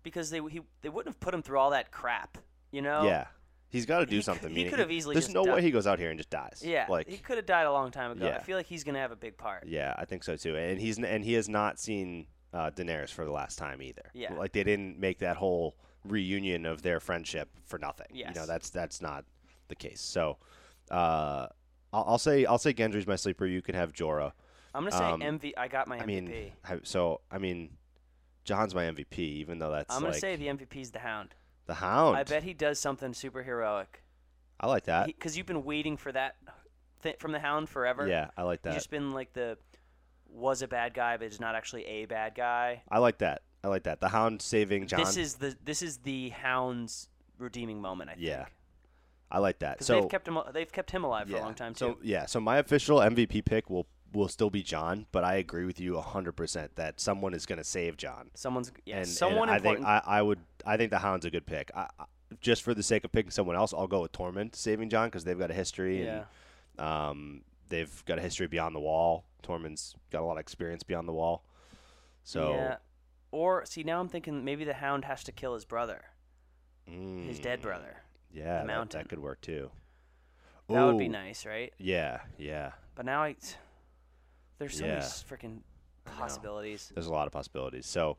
Speaker 2: because they he, they wouldn't have put him through all that crap. You know?
Speaker 1: Yeah. He's got to do
Speaker 2: He c-
Speaker 1: something.
Speaker 2: he
Speaker 1: meaning-
Speaker 2: could have easily
Speaker 1: There's
Speaker 2: just
Speaker 1: no
Speaker 2: died.
Speaker 1: way he goes out here and just dies.
Speaker 2: Yeah.
Speaker 1: Like.
Speaker 2: he could have died a long time ago.
Speaker 1: Yeah.
Speaker 2: I feel like he's gonna have a big part.
Speaker 1: yeah, I think so too. And he's n- and he has not seen uh, Daenerys for the last time either.
Speaker 2: Yeah.
Speaker 1: Like they didn't make that whole reunion of their friendship for nothing. You know
Speaker 2: Yes.
Speaker 1: that's that's not the case. So, uh, I'll, I'll say I'll say Gendry's my sleeper. You can have Jorah.
Speaker 2: I'm gonna say
Speaker 1: Um,
Speaker 2: MV. I got my MVP.
Speaker 1: I mean, I- so I mean, John's my MVP, even though that's
Speaker 2: I'm gonna
Speaker 1: like
Speaker 2: say the MVP's the Hound.
Speaker 1: the Hound.
Speaker 2: I bet he does something super heroic.
Speaker 1: I like that.
Speaker 2: Because you've been waiting for that th- from the Hound forever.
Speaker 1: yeah, I like
Speaker 2: He's
Speaker 1: that.
Speaker 2: just been like the was a bad guy, but is not actually a bad guy.
Speaker 1: I like that. I like that. The Hound saving John.
Speaker 2: This is the this is the Hound's redeeming moment. I think.
Speaker 1: Yeah. I like that.
Speaker 2: Because
Speaker 1: So
Speaker 2: they've kept him they've kept him alive for a long time
Speaker 1: So
Speaker 2: too.
Speaker 1: yeah, so my official MVP pick will will still be John, but I agree with you hundred percent that someone is going to save John.
Speaker 2: Someone's yeah.
Speaker 1: and
Speaker 2: someone
Speaker 1: and I
Speaker 2: important.
Speaker 1: think I, I would I think the Hound's a good pick. I, I, just for the sake of picking someone else, I'll go with Torment saving John because they've got a history
Speaker 2: yeah.
Speaker 1: and um, they've got a history beyond the wall. Torment's got a lot of experience beyond the wall, so
Speaker 2: yeah. Or see now I'm thinking maybe the Hound has to kill his brother, his
Speaker 1: mm,
Speaker 2: dead brother.
Speaker 1: Yeah, that- that,
Speaker 2: mountain.
Speaker 1: could work too.
Speaker 2: That would be
Speaker 1: Ooh,
Speaker 2: nice, right?
Speaker 1: Yeah, yeah.
Speaker 2: But now I there's so
Speaker 1: Yeah.
Speaker 2: many freaking possibilities.
Speaker 1: There's a lot of possibilities. So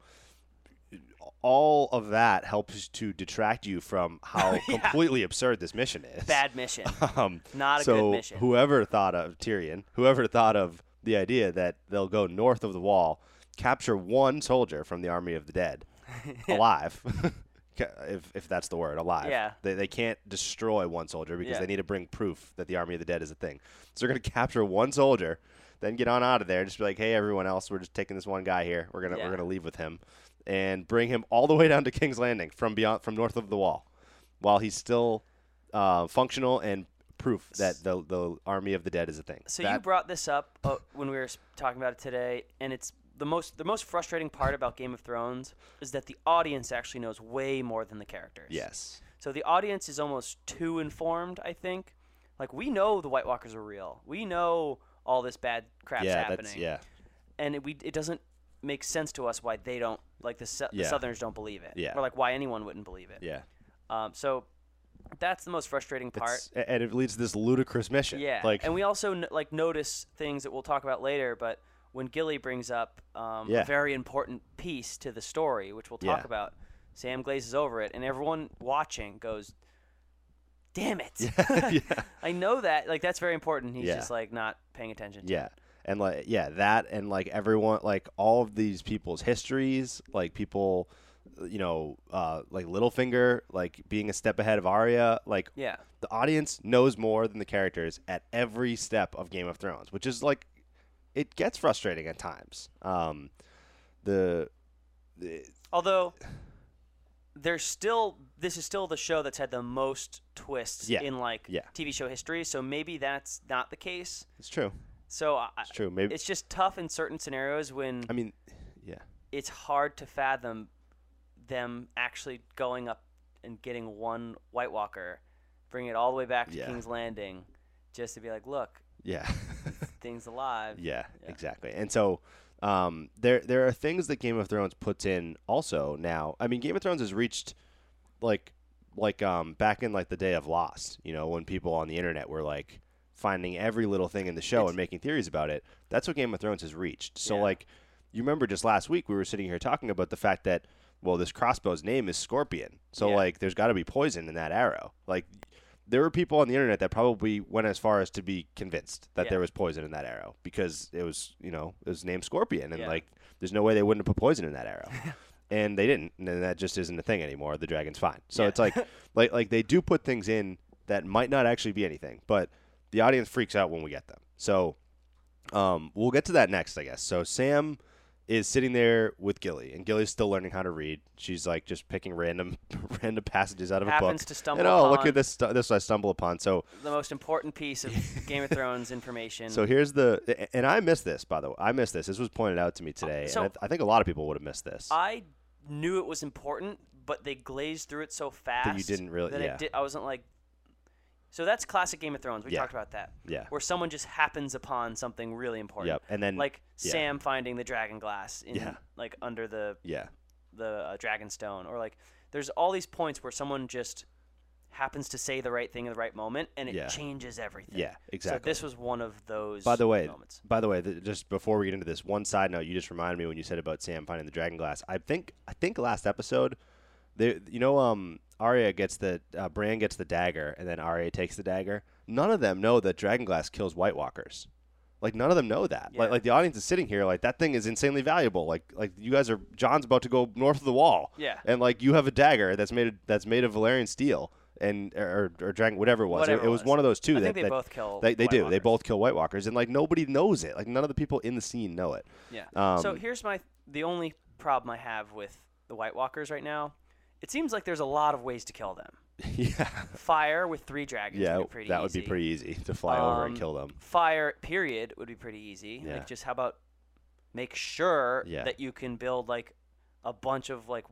Speaker 1: all of that helps to detract you from how completely absurd this mission is.
Speaker 2: Bad mission.
Speaker 1: Um,
Speaker 2: Not a
Speaker 1: so
Speaker 2: good mission.
Speaker 1: whoever thought of Tyrion, whoever thought of the idea that they'll go north of the wall, capture one soldier from the army of the dead, alive. ca- If, if that's the word, alive.
Speaker 2: Yeah.
Speaker 1: They, they can't destroy one soldier because
Speaker 2: Yeah.
Speaker 1: they need to bring proof that the army of the dead is a thing. So they're going to capture one soldier, then get on out of there, and just be like, hey, everyone else, we're just taking this one guy here. We're gonna
Speaker 2: Yeah.
Speaker 1: we're gonna leave with him, and bring him all the way down to King's Landing from beyond from north of the wall, while he's still uh, functional and proof that the the army of the dead is a thing.
Speaker 2: So you
Speaker 1: That-
Speaker 2: brought this up uh, when we were s- talking about it today, and it's the most the most frustrating part about Game of Thrones is that the audience actually knows way more than the characters.
Speaker 1: yes,
Speaker 2: So the audience is almost too informed, I think. Like we know the White Walkers are real. We know all this bad crap's
Speaker 1: yeah,
Speaker 2: happening.
Speaker 1: that's yeah,
Speaker 2: And it, we it doesn't make sense to us why they don't like the, sou-
Speaker 1: Yeah.
Speaker 2: the Southerners don't believe it.
Speaker 1: Yeah.
Speaker 2: Or like why anyone wouldn't believe it.
Speaker 1: yeah.
Speaker 2: Um, so that's the most frustrating part.
Speaker 1: It's- a- and it leads to this ludicrous mission.
Speaker 2: Yeah,
Speaker 1: like
Speaker 2: and we also n- like notice things that we'll talk about later. But when Gilly brings up um,
Speaker 1: Yeah.
Speaker 2: a very important piece to the story, which we'll talk
Speaker 1: Yeah.
Speaker 2: about, Sam glazes over it, and everyone watching goes, "Damn it!
Speaker 1: yeah.
Speaker 2: I know that. Like that's very important." He's
Speaker 1: Yeah.
Speaker 2: just like not paying attention. To it.
Speaker 1: Yeah. And like yeah, that and like everyone like all of these people's histories, like people you know, uh like Littlefinger, like being a step ahead of Arya, like
Speaker 2: yeah,
Speaker 1: the audience knows more than the characters at every step of Game of Thrones, which is like it gets frustrating at times. Um the, the
Speaker 2: Although there's still this is still the show that's had the most twists
Speaker 1: Yeah.
Speaker 2: in like
Speaker 1: Yeah.
Speaker 2: TV show history. So maybe that's not the case.
Speaker 1: it's true.
Speaker 2: So I,
Speaker 1: It's true. Maybe
Speaker 2: it's just tough in certain scenarios when
Speaker 1: I mean yeah.
Speaker 2: it's hard to fathom them actually going up and getting one White Walker, bringing it all the way back to
Speaker 1: Yeah.
Speaker 2: King's Landing, just to be like, look,
Speaker 1: Yeah.
Speaker 2: things alive.
Speaker 1: Yeah,
Speaker 2: Yeah.
Speaker 1: exactly. And so um, there there are things that Game of Thrones puts in also now. I mean, Game of Thrones has reached like like um, back in like the day of Lost, you know, when people on the internet were like finding every little thing in the show and making theories about it. That's what Game of Thrones has reached. So
Speaker 2: Yeah.
Speaker 1: like you remember just last week we were sitting here talking about the fact that well, this crossbow's name is Scorpion. So,
Speaker 2: Yeah.
Speaker 1: like, there's got to be poison in that arrow. Like, there were people on the internet that probably went as far as to be convinced that
Speaker 2: Yeah.
Speaker 1: there was poison in that arrow because it was, you know, it was named Scorpion. And,
Speaker 2: Yeah.
Speaker 1: like, there's no way they wouldn't have put poison in that arrow. and they didn't. And then that just isn't a thing anymore. The dragon's fine. So
Speaker 2: Yeah.
Speaker 1: it's like, like, like they do put things in that might not actually be anything, but the audience freaks out when we get them. So, um, we'll get to that next, I guess. So Sam is sitting there with Gilly, and Gilly's still learning how to read. She's like just picking random, random passages out of a
Speaker 2: Happens
Speaker 1: book.
Speaker 2: to stumble
Speaker 1: and oh, look
Speaker 2: upon-
Speaker 1: at this! Stu- this I stumble upon. So,
Speaker 2: The most important piece of Game of Thrones information.
Speaker 1: so here's the, and I missed this by the way. I missed this. This was pointed out to me today,
Speaker 2: Uh, so-
Speaker 1: and I, th- I think a lot of people would have missed this.
Speaker 2: I knew it was important, but they glazed through it so fast
Speaker 1: didn't really-
Speaker 2: that
Speaker 1: yeah.
Speaker 2: I, did, I wasn't like. So that's classic Game of Thrones. We
Speaker 1: Yeah.
Speaker 2: talked about that.
Speaker 1: Yeah.
Speaker 2: Where someone just happens upon something really important.
Speaker 1: Yep, and then-
Speaker 2: like
Speaker 1: yeah.
Speaker 2: Sam finding the dragon glass in
Speaker 1: Yeah.
Speaker 2: like under the
Speaker 1: yeah,
Speaker 2: the uh, dragon stone, or like there's all these points where someone just happens to say the right thing at the right moment, and it
Speaker 1: Yeah.
Speaker 2: changes everything.
Speaker 1: yeah, exactly.
Speaker 2: So this was one of those.
Speaker 1: By the way,
Speaker 2: moments.
Speaker 1: by the way, th- just before we get into this, one side note you just reminded me when you said about Sam finding the dragon glass. I think I think last episode, they, you know, um, Arya gets the uh, Bran gets the dagger, and then Arya takes the dagger. None of them know that dragon glass kills White Walkers. Like none of them know that.
Speaker 2: Yeah.
Speaker 1: Like like the audience is sitting here like that thing is insanely valuable. Like like you guys are John's about to go north of the wall.
Speaker 2: Yeah.
Speaker 1: And like you have a dagger that's made of, that's made of Valerian steel and or, or dragon whatever it was. It-
Speaker 2: Whatever
Speaker 1: it,
Speaker 2: it
Speaker 1: was
Speaker 2: was.
Speaker 1: one of those two
Speaker 2: I
Speaker 1: that,
Speaker 2: think they
Speaker 1: that-
Speaker 2: both kill
Speaker 1: They, they
Speaker 2: White
Speaker 1: do. They
Speaker 2: Walkers.
Speaker 1: both both kill White Walkers, and like nobody knows it. Like none of the people in the scene know it.
Speaker 2: Yeah.
Speaker 1: Um,
Speaker 2: so here's my the only problem I have with the White Walkers right now. It seems like there's a lot of ways to kill them.
Speaker 1: yeah,
Speaker 2: Fire with three dragons.
Speaker 1: yeah,
Speaker 2: would be pretty
Speaker 1: that would be
Speaker 2: easy.
Speaker 1: pretty easy to fly over and
Speaker 2: Um,
Speaker 1: kill them.
Speaker 2: Fire period would be pretty easy.
Speaker 1: Yeah.
Speaker 2: Like just how about make sure
Speaker 1: Yeah.
Speaker 2: that you can build like a bunch of like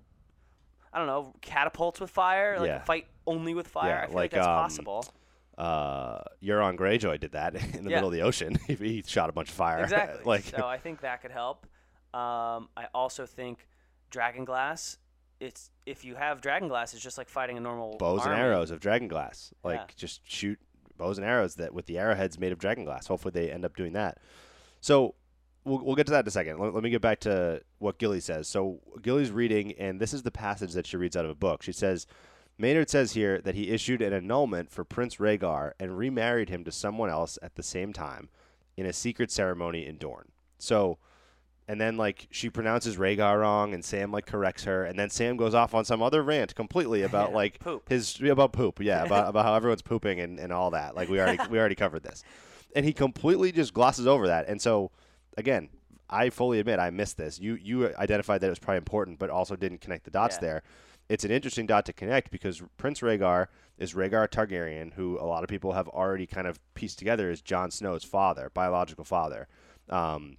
Speaker 2: I don't know catapults with fire. Like
Speaker 1: Yeah.
Speaker 2: fight only with fire.
Speaker 1: Yeah,
Speaker 2: I feel
Speaker 1: like,
Speaker 2: like, that's
Speaker 1: um,
Speaker 2: possible.
Speaker 1: Uh, Euron Greyjoy did that in the
Speaker 2: Yeah.
Speaker 1: middle of the ocean. he, he shot a bunch of fire.
Speaker 2: Exactly.
Speaker 1: like
Speaker 2: so I think that could help. Um, I also think dragon glass. It's if you have dragon glass, it's just like fighting a normal
Speaker 1: bows and
Speaker 2: army.
Speaker 1: arrows of dragon glass. Like
Speaker 2: Yeah.
Speaker 1: just shoot bows and arrows that with the arrowheads made of dragon glass. Hopefully they end up doing that. So we'll, we'll get to that in a second. Let, let me get back to what Gilly says. So Gilly's reading, and this is the passage that she reads out of a book. She says, Maynard says here that he issued an annulment for Prince Rhaegar and remarried him to someone else at the same time in a secret ceremony in Dorne. So and then like she pronounces Rhaegar wrong, and Sam like corrects her, and then Sam goes off on some other rant completely about like
Speaker 2: Poop.
Speaker 1: his about poop, yeah, about, about how everyone's pooping and, and all that. Like we already we already covered this, and he completely just glosses over that. And so again, I fully admit I missed this. You you identified that it was probably important, but also didn't connect the dots
Speaker 2: Yeah.
Speaker 1: there. It's an interesting dot to connect because Prince Rhaegar is Rhaegar Targaryen, who a lot of people have already kind of pieced together as Jon Snow's father, biological father. Um,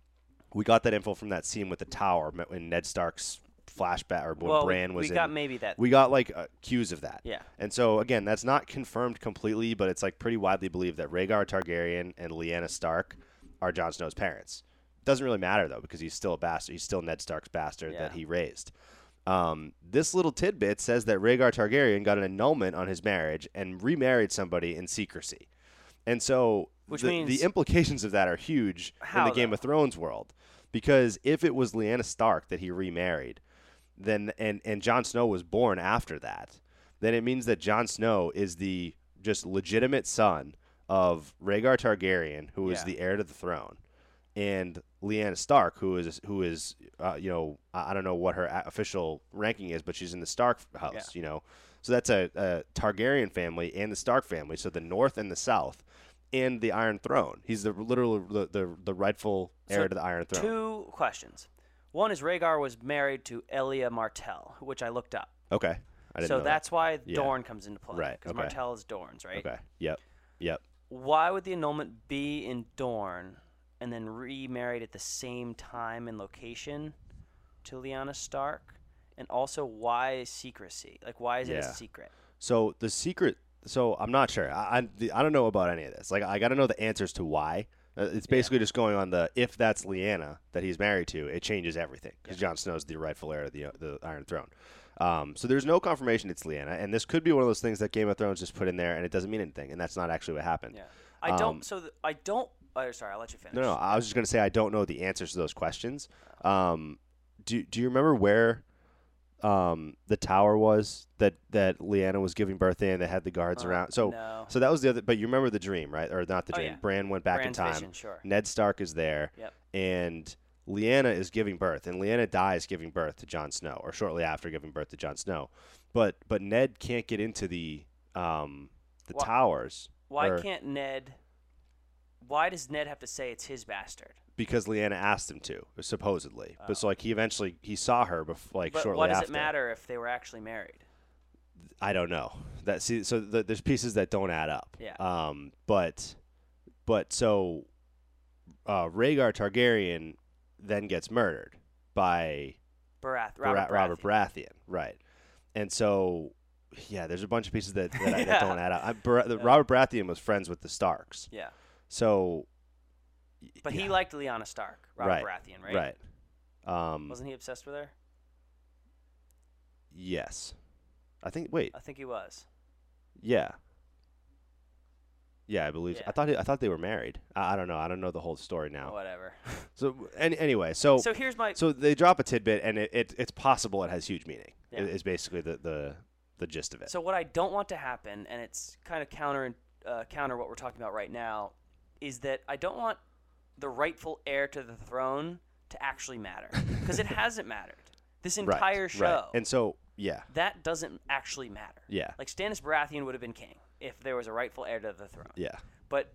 Speaker 1: we got that info from that scene with the tower m- when Ned Stark's flashback or when
Speaker 2: Well, we-
Speaker 1: Bran was
Speaker 2: we
Speaker 1: in.
Speaker 2: got maybe that.
Speaker 1: we got like uh, cues of that.
Speaker 2: Yeah.
Speaker 1: And so again, that's not confirmed completely, but it's like pretty widely believed that Rhaegar Targaryen and Lyanna Stark are Jon Snow's parents. Doesn't really matter though because he's still a bastard. He's still Ned Stark's bastard that
Speaker 2: Yeah.
Speaker 1: he raised. Um, this little tidbit says that Rhaegar Targaryen got an annulment on his marriage and remarried somebody in secrecy. And so
Speaker 2: Which
Speaker 1: the,
Speaker 2: means-
Speaker 1: the implications of that are huge in
Speaker 2: How,
Speaker 1: the Game
Speaker 2: though?
Speaker 1: of Thrones world. Because if it was Lyanna Stark that he remarried, then and and Jon Snow was born after that, then it means that Jon Snow is the just legitimate son of Rhaegar Targaryen, who is
Speaker 2: Yeah.
Speaker 1: the heir to the throne, and Lyanna Stark, who is who is uh, you know I, I don't know what her a- official ranking is, but she's in the Stark house,
Speaker 2: Yeah.
Speaker 1: you know. So that's a, a Targaryen family and the Stark family, so the North and the South, and the Iron Throne. He's the literal the the, the rightful heir
Speaker 2: So
Speaker 1: to the Iron Throne.
Speaker 2: Two questions. One is Rhaegar was married to Elia Martell, which I looked up.
Speaker 1: okay, I didn't
Speaker 2: So
Speaker 1: know that.
Speaker 2: that's why
Speaker 1: Yeah.
Speaker 2: Dorn comes into play.
Speaker 1: Right,
Speaker 2: Because
Speaker 1: okay.
Speaker 2: Martell is Dorn's, right?
Speaker 1: okay. Yep, yep.
Speaker 2: Why would the annulment be in Dorn and then remarried at the same time and location to Lyanna Stark? And also, why secrecy? Like, why is it
Speaker 1: Yeah.
Speaker 2: a secret?
Speaker 1: So the secret. So I'm not sure. I I, the- I don't know about any of this. Like I got to know the answers to why. Uh, It's basically just going on the if that's Lyanna that he's married to, it changes everything because Jon Snow's the rightful heir of the uh, the Iron Throne. Um, so there's no confirmation it's Lyanna, and this could be one of those things that Game of Thrones just put in there, and it doesn't mean anything, and that's not actually what happened.
Speaker 2: Yeah. I don't.
Speaker 1: Um,
Speaker 2: so th- I don't. Oh, sorry, I'll let you finish.
Speaker 1: No, no, I was just gonna say I don't know the answers to those questions. Um, do Do you remember where? um, the tower was that that Leanna was giving birth in? They had the guards
Speaker 2: Oh,
Speaker 1: around. So
Speaker 2: no.
Speaker 1: so that was the other. But you remember the dream, right? Or not the
Speaker 2: Oh,
Speaker 1: dream?
Speaker 2: yeah.
Speaker 1: Bran went back
Speaker 2: Bran's
Speaker 1: in time.
Speaker 2: vision, sure.
Speaker 1: Ned Stark is there.
Speaker 2: Yep.
Speaker 1: And Lyanna is giving birth, and Lyanna dies giving birth to Jon Snow, or shortly after giving birth to Jon Snow. But but Ned can't get into the um the
Speaker 2: Why-
Speaker 1: towers.
Speaker 2: Why
Speaker 1: or-
Speaker 2: can't Ned? Why does Ned have to say it's his bastard?
Speaker 1: because Leanna asked him to, supposedly. But so like he eventually he saw her before, like
Speaker 2: Oh. But
Speaker 1: shortly
Speaker 2: what does
Speaker 1: after.
Speaker 2: it matter if they were actually married?
Speaker 1: I don't know. That see, so th there's pieces that don't add up.
Speaker 2: Yeah.
Speaker 1: Um, but but so uh, Rhaegar Targaryen then gets murdered by
Speaker 2: Barath,
Speaker 1: Robert,
Speaker 2: Robert,
Speaker 1: Robert
Speaker 2: Baratheon.
Speaker 1: Baratheon, right? And so yeah, there's a bunch of pieces that that, I-
Speaker 2: Yeah.
Speaker 1: that don't add up. I, Bar- the, Robert Baratheon was friends with the Starks,
Speaker 2: Yeah,
Speaker 1: so
Speaker 2: but
Speaker 1: yeah,
Speaker 2: he liked Lyanna Stark,
Speaker 1: Right,
Speaker 2: Robert Baratheon, right?
Speaker 1: right. Um,
Speaker 2: Wasn't he obsessed with her?
Speaker 1: yes, I think. Wait,
Speaker 2: I think he was.
Speaker 1: Yeah. Yeah, I believe.
Speaker 2: Yeah.
Speaker 1: I thought. I thought they were married. I, I don't know. I don't know the whole story now.
Speaker 2: Whatever.
Speaker 1: So any, anyway, so
Speaker 2: So here's my.
Speaker 1: so they drop a tidbit, and it, it it's possible it has huge meaning. i-
Speaker 2: Yeah.
Speaker 1: Is basically the the the gist of it.
Speaker 2: So what I don't want to happen, and it's kind of counter uh, counter what we're talking about right now, is that I don't want the rightful heir to the throne to actually matter because it hasn't mattered this
Speaker 1: Right,
Speaker 2: entire
Speaker 1: right.
Speaker 2: show.
Speaker 1: And so yeah,
Speaker 2: that doesn't actually matter.
Speaker 1: Yeah.
Speaker 2: Like Stannis Baratheon would have been king if there was a rightful heir to the throne.
Speaker 1: yeah,
Speaker 2: But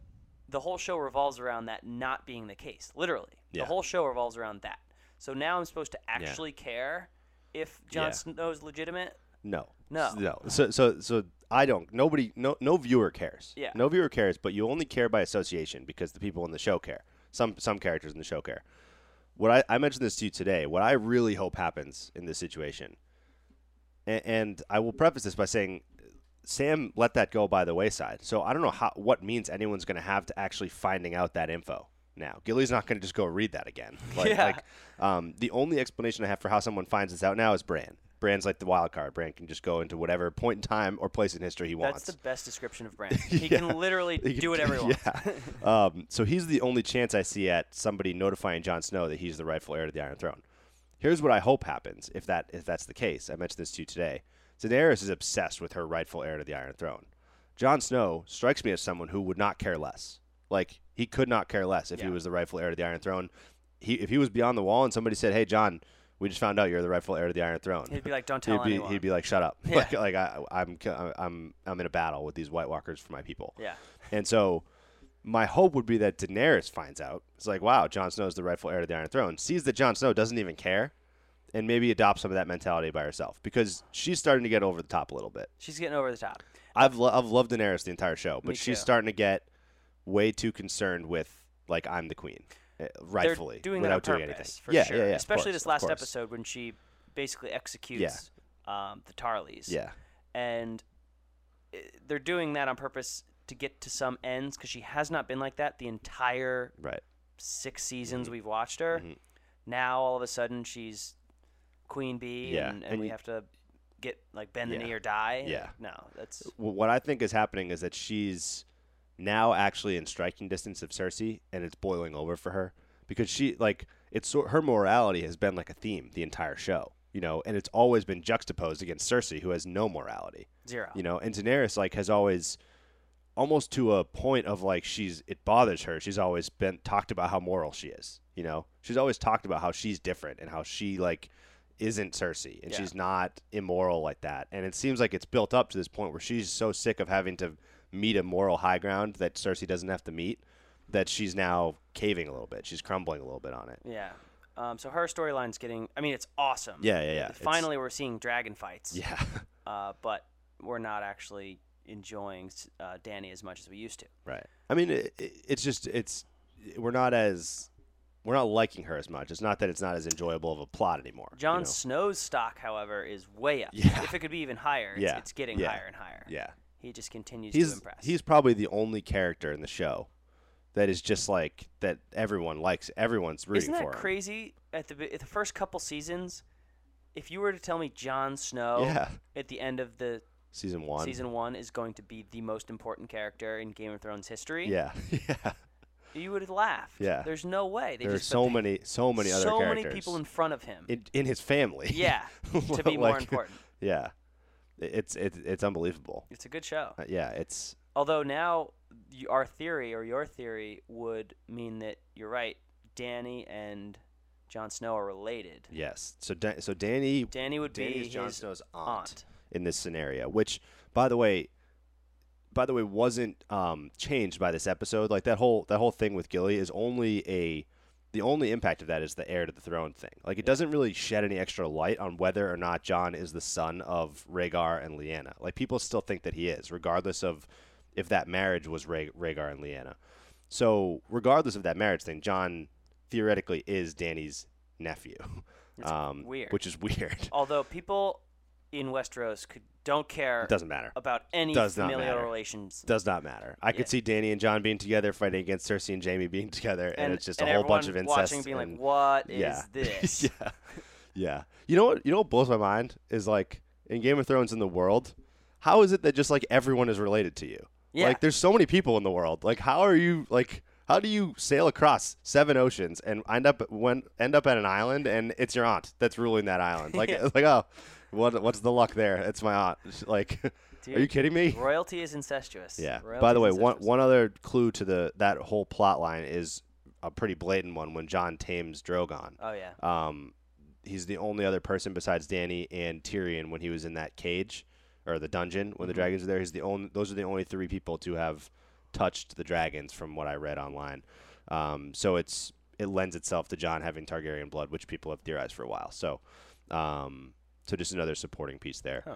Speaker 2: the whole show revolves around that not being the case. Literally.
Speaker 1: Yeah.
Speaker 2: The whole show revolves around that. So now I'm supposed to actually care if Jon
Speaker 1: Yeah.
Speaker 2: Snow's legitimate.
Speaker 1: no,
Speaker 2: No.
Speaker 1: S- no. So so so I don't. Nobody. No no viewer cares.
Speaker 2: Yeah.
Speaker 1: No viewer cares. But you only care by association because the people in the show care. Some some characters in the show care. what I, I mentioned this to you today. What I really hope happens in this situation, and, and I will preface this by saying, Sam let that go by the wayside. So I don't know how what means anyone's going to have to actually finding out that info now. Gilly's not going to just go read that again. Like,
Speaker 2: Yeah.
Speaker 1: like, um, the only explanation I have for how someone finds this out now is Bran. Bran's like the wild card. Bran can just go into whatever point in time or place in history he wants.
Speaker 2: That's the best description of Bran. He can literally
Speaker 1: He can
Speaker 2: do whatever he wants.
Speaker 1: Yeah. um, so he's the only chance I see at somebody notifying Jon Snow that he's the rightful heir to the Iron Throne. Here's what I hope happens if that if that's the case. I mentioned this to you today. Daenerys is obsessed with her rightful heir to the Iron Throne. Jon Snow strikes me as someone who would not care less. Like he could not care less if he
Speaker 2: Yeah.
Speaker 1: was the rightful heir to the Iron Throne. He if he was beyond the wall and somebody said, "Hey, John, we just found out you're the rightful heir to the Iron Throne,"
Speaker 2: He'd be like, "Don't tell
Speaker 1: he'd be,
Speaker 2: anyone."
Speaker 1: He'd be like, "Shut up!
Speaker 2: Yeah.
Speaker 1: Like, like I, I'm, I'm, I'm in a battle with these White Walkers for my people."
Speaker 2: Yeah.
Speaker 1: And so my hope would be that Daenerys finds out. It's like, wow, Jon Snow is the rightful heir to the Iron Throne. Sees that Jon Snow doesn't even care, and maybe adopts some of that mentality by herself because she's starting to get over the top a little bit.
Speaker 2: She's getting over the top.
Speaker 1: I've lo- I've loved Daenerys the entire show, but
Speaker 2: Me
Speaker 1: she's
Speaker 2: too.
Speaker 1: starting to get way too concerned with like I'm the queen, eh, rightfully,
Speaker 2: They're doing that on
Speaker 1: without
Speaker 2: purpose,
Speaker 1: doing anything.
Speaker 2: for
Speaker 1: yeah,
Speaker 2: sure.
Speaker 1: yeah, yeah, of
Speaker 2: Especially
Speaker 1: course,
Speaker 2: this
Speaker 1: of
Speaker 2: last
Speaker 1: course.
Speaker 2: episode when she basically executes um, the Tarleys.
Speaker 1: Yeah,
Speaker 2: and uh, they're doing that on purpose to get to some ends because she has not been like that the entire
Speaker 1: right.
Speaker 2: six seasons
Speaker 1: Mm-hmm.
Speaker 2: we've watched her. Now all of a sudden she's queen bee,
Speaker 1: Yeah,
Speaker 2: and, and,
Speaker 1: and
Speaker 2: we
Speaker 1: you-
Speaker 2: have to get like bend the
Speaker 1: Yeah.
Speaker 2: knee or die.
Speaker 1: Yeah.
Speaker 2: Like, no, that's
Speaker 1: Wh- what I think is happening is that she's now actually in striking distance of Cersei, and it's boiling over for her because she like it's so- her morality has been like a theme the entire show, you know, and it's always been juxtaposed against Cersei, who has no morality,
Speaker 2: zero.
Speaker 1: you know, and Daenerys like has always almost to a point of like she's it bothers her. She's always been talked about how moral she is, you know, she's always talked about how she's different and how she like isn't Cersei and
Speaker 2: Yeah.
Speaker 1: she's not immoral like that. And it seems like it's built up to this point where she's so sick of having to meet a moral high ground that Cersei doesn't have to meet that she's now caving a little bit. She's crumbling a little bit on it.
Speaker 2: Yeah. Um, so her storyline's getting. I mean, it's awesome.
Speaker 1: Yeah, yeah, yeah. It's-
Speaker 2: Finally, we're seeing dragon fights.
Speaker 1: Yeah.
Speaker 2: Uh, but we're not actually enjoying uh, Danny as much as we used to.
Speaker 1: Right. I mean, it, it- it's just it's we're not as we're not liking her as much. It's not that it's not as enjoyable of a plot anymore. you
Speaker 2: Jon
Speaker 1: know?
Speaker 2: Snow's stock, however, is way up.
Speaker 1: Yeah.
Speaker 2: If it could be even higher, it's,
Speaker 1: Yeah.
Speaker 2: it's getting
Speaker 1: Yeah.
Speaker 2: higher and higher.
Speaker 1: Yeah.
Speaker 2: He just continues to
Speaker 1: He's
Speaker 2: impress.
Speaker 1: he's probably the only character in the show that is just like that everyone likes. Everyone's rooting
Speaker 2: Isn't that
Speaker 1: for him.
Speaker 2: crazy? At the be- at the first couple seasons, if you were to tell me Jon Snow
Speaker 1: Yeah.
Speaker 2: at the end of the
Speaker 1: Season one.
Speaker 2: season one is going to be the most important character in Game of Thrones history,
Speaker 1: Yeah. yeah.
Speaker 2: you would have laughed.
Speaker 1: Yeah.
Speaker 2: There's no way. They
Speaker 1: there are
Speaker 2: just put
Speaker 1: so
Speaker 2: the-
Speaker 1: many, so many other
Speaker 2: so
Speaker 1: characters.
Speaker 2: many people in front of him.
Speaker 1: in, in his family.
Speaker 2: yeah. To be more
Speaker 1: Like,
Speaker 2: important.
Speaker 1: Yeah, It- it's it's it's unbelievable.
Speaker 2: It's a good show.
Speaker 1: Uh, yeah, it's
Speaker 2: Although now you, our theory or your theory would mean that you're right. Danny and Jon Snow are related.
Speaker 1: yes. So da- so Danny
Speaker 2: Danny would
Speaker 1: Danny
Speaker 2: be
Speaker 1: is Jon
Speaker 2: his
Speaker 1: Snow's aunt,
Speaker 2: aunt.
Speaker 1: in this scenario, which by the way, by the way, wasn't um, changed by this episode. Like that whole that whole thing with Gilly is only a the only impact of that is the heir to the throne thing. Like it doesn't really shed any extra light on whether or not John is the son of Rhaegar and Lyanna. Like people still think that he is, regardless of if that marriage was Rha- Rhaegar and Lyanna. So regardless of that marriage thing, John theoretically is Danny's nephew.
Speaker 2: It's
Speaker 1: Um,
Speaker 2: weird.
Speaker 1: Which is weird.
Speaker 2: Although people in Westeros could don't care
Speaker 1: It doesn't matter.
Speaker 2: about any
Speaker 1: Does not
Speaker 2: familial
Speaker 1: matter.
Speaker 2: relations.
Speaker 1: Does not matter. I
Speaker 2: Yeah.
Speaker 1: could see Danny and John being together, fighting against Cersei and Jamie being together, and, it's just
Speaker 2: and
Speaker 1: a whole bunch of
Speaker 2: everyone
Speaker 1: incest.
Speaker 2: Watching, being
Speaker 1: and-
Speaker 2: like, "What is
Speaker 1: yeah.
Speaker 2: this?"
Speaker 1: yeah, yeah. You know what? You know what blows my mind is like in Game of Thrones in the world, how is it that just like everyone is related to you?
Speaker 2: Yeah.
Speaker 1: Like there's so many people in the world. Like how are you like how do you sail across seven oceans and end up when end up at an island and it's your aunt that's ruling that island? Like
Speaker 2: Yeah.
Speaker 1: it's like oh, what what's the luck there? It's my aunt. Like are you
Speaker 2: Dude.
Speaker 1: kidding me?
Speaker 2: Royalty is incestuous.
Speaker 1: Yeah.
Speaker 2: Royalty
Speaker 1: By the
Speaker 2: is
Speaker 1: way, one
Speaker 2: incestuous.
Speaker 1: one other clue to the that whole plot line is a pretty blatant one when John tames Drogon.
Speaker 2: Oh yeah.
Speaker 1: Um, he's the only other person besides Danny and Tyrion when he was in that cage or the dungeon when the dragons were there. He's the only; those are the only three people to have touched the dragons, from what I read online. Um, so it's it lends itself to John having Targaryen blood, which people have theorized for a while. So, um, so just another supporting piece there.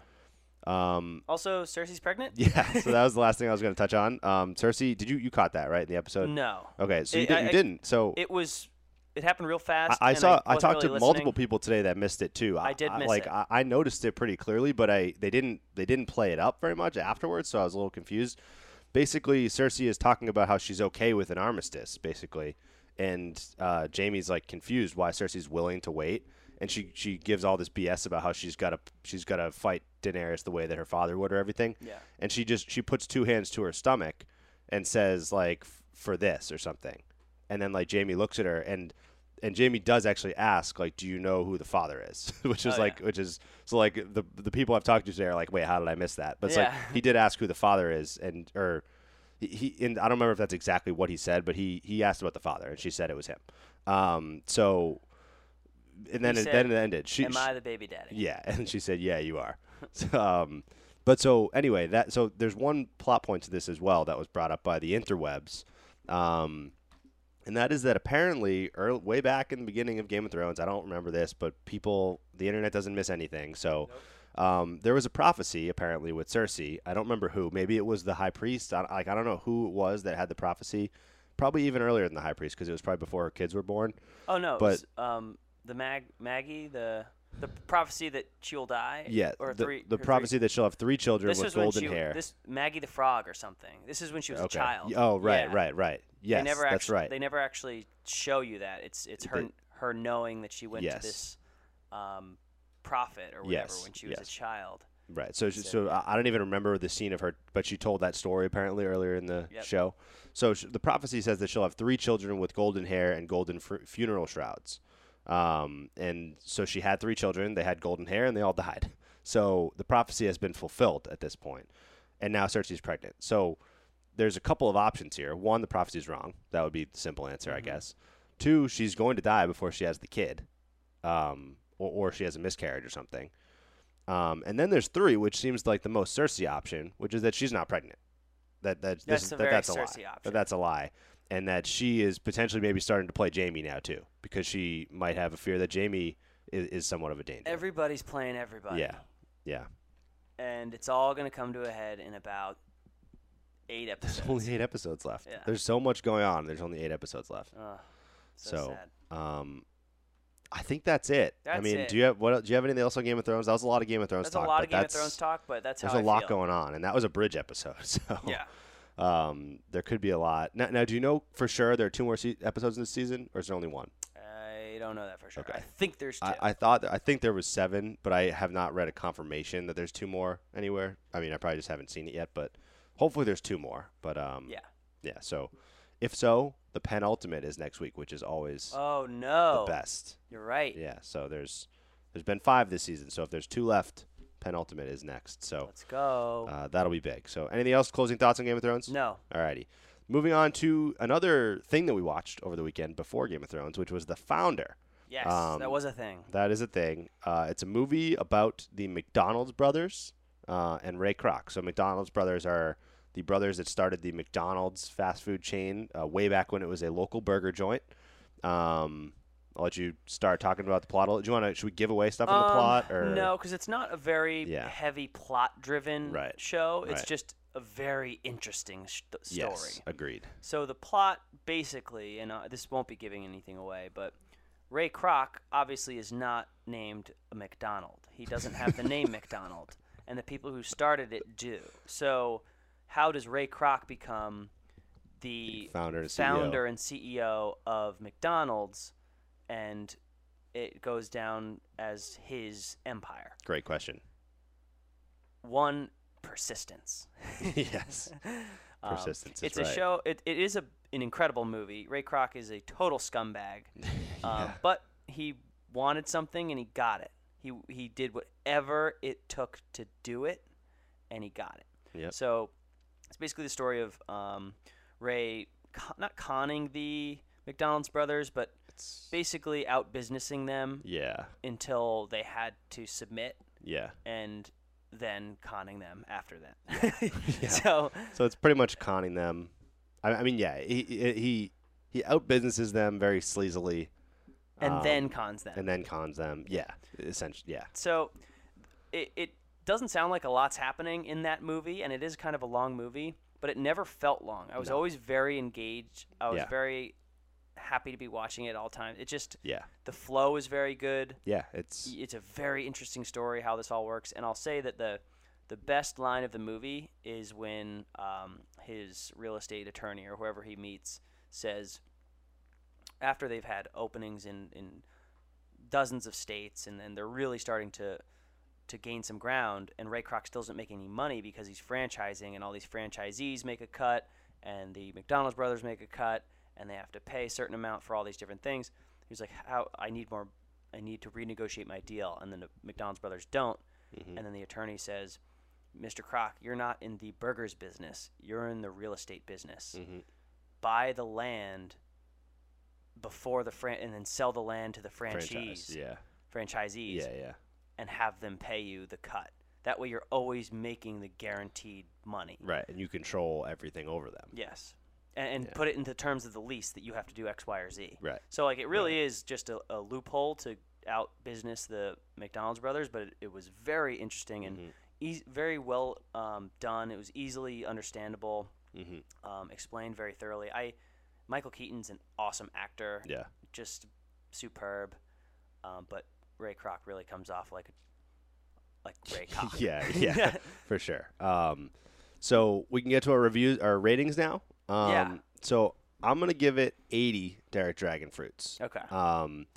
Speaker 1: Um,
Speaker 2: Also, Cersei's pregnant.
Speaker 1: yeah, so that was the last thing I was going to touch on. Um, Cersei, did you you caught that right in the episode?
Speaker 2: No.
Speaker 1: Okay, so you,
Speaker 2: Mm. It-
Speaker 1: did,
Speaker 2: I-
Speaker 1: you
Speaker 2: I-
Speaker 1: didn't. So
Speaker 2: It was. It happened real
Speaker 1: I,
Speaker 2: fast.
Speaker 1: I
Speaker 2: and
Speaker 1: saw I,
Speaker 2: wasn't
Speaker 1: talked
Speaker 2: really
Speaker 1: to multiple
Speaker 2: listening.
Speaker 1: people today that missed it too.
Speaker 2: I did miss
Speaker 1: like
Speaker 2: it.
Speaker 1: I, I noticed it pretty clearly, but I they didn't they didn't play it up very much afterwards, so I was a little confused. Basically, Cersei is talking about how she's okay with an armistice, basically, and uh, Jamie's like confused why Cersei's willing to wait, and she she gives all this BS about how she's got to she's got to fight Daenerys the way that her father would or everything.
Speaker 2: Yeah.
Speaker 1: and she just she puts two hands to her stomach and says like "F- for this or something and then like jamie looks at her and and jamie does actually ask like do you know who the father is which is
Speaker 2: Oh,
Speaker 1: like which is so like the the people i've talked to today are like wait how did i miss that but it's
Speaker 2: Yeah.
Speaker 1: like he did ask who the father is and or he- he and i don't remember if that's exactly what he said but he he asked about the father and she said it was him um so and then
Speaker 2: He
Speaker 1: it,
Speaker 2: said,
Speaker 1: then it ended she
Speaker 2: Am I the baby daddy?
Speaker 1: yeah, and she said, "Yeah, you are." So, um, but so anyway, that so there's one plot point to this as well that was brought up by the interwebs, um, and that is that apparently, earl way back in the beginning of Game of Thrones, I don't remember this, but people, the internet doesn't miss anything, so. Um, there was a prophecy apparently with Cersei. I don't remember who. Maybe it was the High Priest. I, like I don't know who it was that had the prophecy. Probably even earlier than the High Priest because it was probably before her kids were born.
Speaker 2: Oh no. it
Speaker 1: But-
Speaker 2: was, um, the Mag Maggie the the prophecy that she'll die.
Speaker 1: Yeah,
Speaker 2: Or
Speaker 1: the,
Speaker 2: three.
Speaker 1: the
Speaker 2: her three-
Speaker 1: prophecy that she'll have three children
Speaker 2: This
Speaker 1: with
Speaker 2: was
Speaker 1: golden
Speaker 2: when she,
Speaker 1: hair.
Speaker 2: This Maggie the Frog or something. This is when she was a child.
Speaker 1: Y- Oh, right,
Speaker 2: Yeah.
Speaker 1: right, right. Yes,
Speaker 2: they never
Speaker 1: that's
Speaker 2: actually,
Speaker 1: right.
Speaker 2: They never actually show you that. It's it's her
Speaker 1: They-
Speaker 2: her knowing that she went
Speaker 1: Yes.
Speaker 2: to this um, prophet or whatever
Speaker 1: Yes,
Speaker 2: when she was
Speaker 1: yes.
Speaker 2: a child.
Speaker 1: right. So, she, so I I don't even remember the scene of her, but she told that story apparently earlier in the
Speaker 2: Yep.
Speaker 1: show. So sh- the prophecy says that she'll have three children with golden hair and golden fr- funeral shrouds. Um, and so she had three children. They had golden hair, and they all died. So the prophecy has been fulfilled at this point, and now Cersei's pregnant. So there's a couple of options here. One, the prophecy's wrong. That would be the simple answer,
Speaker 2: Mm-hmm.
Speaker 1: I guess. Two, she's going to die before she has the kid, um, or, or she has a miscarriage or something. Um, and then there's three, which seems like the most Cersei option, which is that she's not pregnant. That that
Speaker 2: That's
Speaker 1: this,
Speaker 2: a
Speaker 1: that,
Speaker 2: very
Speaker 1: that's a
Speaker 2: Cersei
Speaker 1: lie. That
Speaker 2: option.
Speaker 1: that's a lie, and that she is potentially maybe starting to play Jamie now too, because she might have a fear that Jamie is, is somewhat of a danger.
Speaker 2: Everybody's playing everybody.
Speaker 1: yeah, yeah.
Speaker 2: And it's all gonna come to a head in about eight
Speaker 1: There's
Speaker 2: episodes.
Speaker 1: only eight episodes left.
Speaker 2: Yeah.
Speaker 1: There's so much going on. There's only eight episodes left.
Speaker 2: Ugh, so,
Speaker 1: So,
Speaker 2: sad.
Speaker 1: um, I think that's it. I
Speaker 2: That's
Speaker 1: mean,
Speaker 2: it.
Speaker 1: do you have what? el- Do you have anything else on Game of Thrones? That was a lot of Game of Thrones
Speaker 2: That's a
Speaker 1: talk.
Speaker 2: lot
Speaker 1: but
Speaker 2: of Game of
Speaker 1: that's-
Speaker 2: Thrones talk, but that's
Speaker 1: There's
Speaker 2: how
Speaker 1: a
Speaker 2: I
Speaker 1: lot
Speaker 2: feel.
Speaker 1: going on, and that was a bridge episode. So
Speaker 2: Yeah.
Speaker 1: um, there could be a lot. Now, now, do you know for sure there are two more se- episodes in this season, or is there only one?
Speaker 2: I don't know that for sure.
Speaker 1: Okay.
Speaker 2: I think there's two.
Speaker 1: I, I thought I think there was seven, but I have not read a confirmation that there's two more anywhere. I mean, I probably just haven't seen it yet, but hopefully there's two more. But um,
Speaker 2: yeah.
Speaker 1: yeah. So If so, the penultimate is next week, which is always
Speaker 2: Oh no.
Speaker 1: the best.
Speaker 2: You're right.
Speaker 1: Yeah, so there's there's been five this season. So if there's two left, penultimate is next. So
Speaker 2: Let's go.
Speaker 1: uh, that'll be big. So anything else? Closing thoughts on Game of Thrones?
Speaker 2: no.
Speaker 1: Alrighty. Moving on to another thing that we watched over the weekend before Game of Thrones, which was The Founder.
Speaker 2: Yes,
Speaker 1: um,
Speaker 2: that was a thing.
Speaker 1: That is a thing. Uh, it's a movie about the McDonald's brothers uh, and Ray Kroc. So McDonald's brothers are the brothers that started the McDonald's fast food chain uh, way back when it was a local burger joint. Um, I'll let you start talking about the plot. Do you want to? Should we give away stuff on the
Speaker 2: Um,
Speaker 1: plot or
Speaker 2: No, because it's not a very
Speaker 1: Yeah.
Speaker 2: heavy plot-driven
Speaker 1: Right,
Speaker 2: show. It's
Speaker 1: right.
Speaker 2: just a very interesting sh- story.
Speaker 1: Yes, agreed.
Speaker 2: So the plot, basically, and uh, this won't be giving anything away, but Ray Kroc obviously is not named McDonald. He doesn't have the name McDonald, and the people who started it do. So how does Ray Kroc become the
Speaker 1: Founder and E CEO.
Speaker 2: founder and CEO of McDonald's, and it goes down as his empire?
Speaker 1: Great question.
Speaker 2: One persistence.
Speaker 1: yes,
Speaker 2: Um,
Speaker 1: persistence. is
Speaker 2: it's
Speaker 1: right.
Speaker 2: a show. It, it is a an incredible movie. Ray Kroc is a total scumbag, um, but he wanted something and he got it. He he did whatever it took to do it, and he got it.
Speaker 1: Yep.
Speaker 2: So it's basically the story of um, Ray con- not conning the McDonald's brothers, but
Speaker 1: It's-
Speaker 2: basically out businessing them
Speaker 1: yeah,
Speaker 2: until they had to submit,
Speaker 1: yeah.
Speaker 2: and then conning them after that. So
Speaker 1: So it's pretty much conning them. I, I mean, yeah, he he he outbusinesses them very sleazily.
Speaker 2: and
Speaker 1: um,
Speaker 2: then cons them.
Speaker 1: and then cons them. Yeah, essentially. Yeah,
Speaker 2: So it, it doesn't sound like a lot's happening in that movie, and it is kind of a long movie, but it never felt long. I was always very engaged. I was
Speaker 1: Yeah.
Speaker 2: very happy to be watching it at all times. It just
Speaker 1: yeah,
Speaker 2: the flow is very good.
Speaker 1: yeah. It's
Speaker 2: It's a very interesting story how this all works, and I'll say that the the best line of the movie is when um, his real estate attorney or whoever he meets says, after they've had openings in, in dozens of states and, and they're really starting to to gain some ground and Ray Kroc still doesn't make any money because he's franchising and all these franchisees make a cut and the McDonald's brothers make a cut and they have to pay a certain amount for all these different things. He's like, How I need more I need to renegotiate my deal and then the McDonald's brothers don't.
Speaker 1: Mm-hmm.
Speaker 2: And then the attorney says, Mr. Kroc, you're not in the burgers business. You're in the real estate business.
Speaker 1: Mm. Mm-hmm.
Speaker 2: Buy the land before the fran- and then sell the land to the
Speaker 1: franchise.
Speaker 2: franchise
Speaker 1: Yeah,
Speaker 2: franchisees
Speaker 1: yeah, yeah.
Speaker 2: and have them pay you the cut. That way, you're always making the guaranteed money.
Speaker 1: Right, and you control everything over them.
Speaker 2: Yes, and, and put it into terms of the lease that you have to do X, Y, or Z.
Speaker 1: Right.
Speaker 2: So like, it really is just a, a loophole to out business the McDonald's brothers, but it, it was very interesting
Speaker 1: Mm-hmm.
Speaker 2: and eas very well um, done. It was easily understandable,
Speaker 1: Mm-hmm.
Speaker 2: um, explained very thoroughly. I Michael Keaton's an awesome actor
Speaker 1: Yeah,
Speaker 2: just superb. Um, but Ray Kroc really comes off like like Ray Kroc.
Speaker 1: yeah, yeah, for sure. Um, so we can get to our reviews, our ratings now. Um,
Speaker 2: Yeah.
Speaker 1: So I'm gonna give it 80 Derek Dragon fruits.
Speaker 2: Okay.
Speaker 1: Um,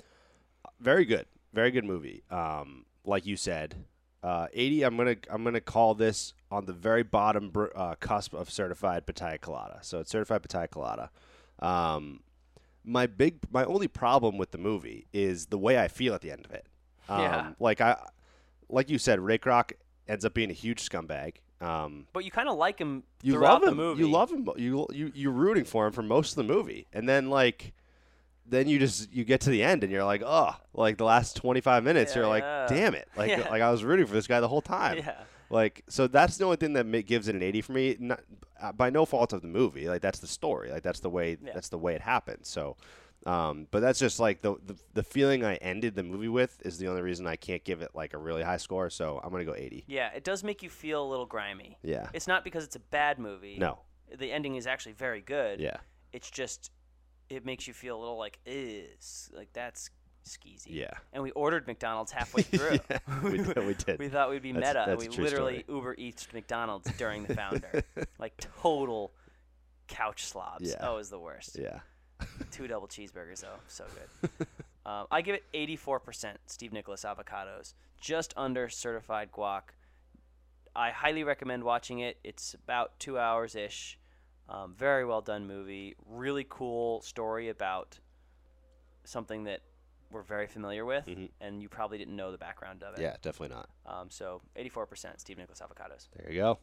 Speaker 1: very good, very good movie. Um, like you said, uh, 80. I'm gonna I'm gonna call this on the very bottom br- uh, cusp of certified pataya colada. So it's certified pataya colada. Um, my big my only problem with the movie is the way I feel at the end of it. Um,
Speaker 2: Yeah.
Speaker 1: Like I, like you said, Rick Rock ends up being a huge scumbag. Um,
Speaker 2: But you kind of like him
Speaker 1: you
Speaker 2: throughout
Speaker 1: love him.
Speaker 2: the movie.
Speaker 1: You love him. You you you're rooting for him for most of the movie, and then like, then you just you get to the end and you're like, oh, like the last 25 minutes,
Speaker 2: Yeah,
Speaker 1: you're like,
Speaker 2: yeah.
Speaker 1: damn it, like
Speaker 2: Yeah.
Speaker 1: like I was rooting for this guy the whole time.
Speaker 2: Yeah.
Speaker 1: Like so that's the only thing that ma- gives it an 80 for me. Not uh, by no fault of the movie. Like that's the story. Like that's the way
Speaker 2: Yeah.
Speaker 1: that's the way it happened. So. Um, but that's just like the, the the feeling I ended the movie with is the only reason I can't give it like a really high score. So I'm gonna go 80.
Speaker 2: Yeah, it does make you feel a little grimy.
Speaker 1: Yeah.
Speaker 2: It's not because it's a bad movie.
Speaker 1: No.
Speaker 2: The ending is actually very good.
Speaker 1: Yeah.
Speaker 2: It's just it makes you feel a little like is like that's skeezy.
Speaker 1: Yeah.
Speaker 2: And we ordered McDonald's halfway through.
Speaker 1: Yeah, we did- we did.
Speaker 2: we thought we'd be
Speaker 1: That's-
Speaker 2: meta,
Speaker 1: that's a
Speaker 2: and we
Speaker 1: true
Speaker 2: literally Uber Eats McDonald's during the founder. like total couch slobs.
Speaker 1: Yeah.
Speaker 2: Oh, is the worst.
Speaker 1: Yeah.
Speaker 2: Two double cheeseburgers though, so good. um, I give it 84% Steve Nicholas avocados, just under certified guac. I highly recommend watching it. It's about two hours ish. Um, very well done movie. Really cool story about something that we're very familiar with, and you probably didn't know the background of it.
Speaker 1: Yeah, definitely not.
Speaker 2: Um, so 84% Steve Nicholas Avocados.
Speaker 1: There you go.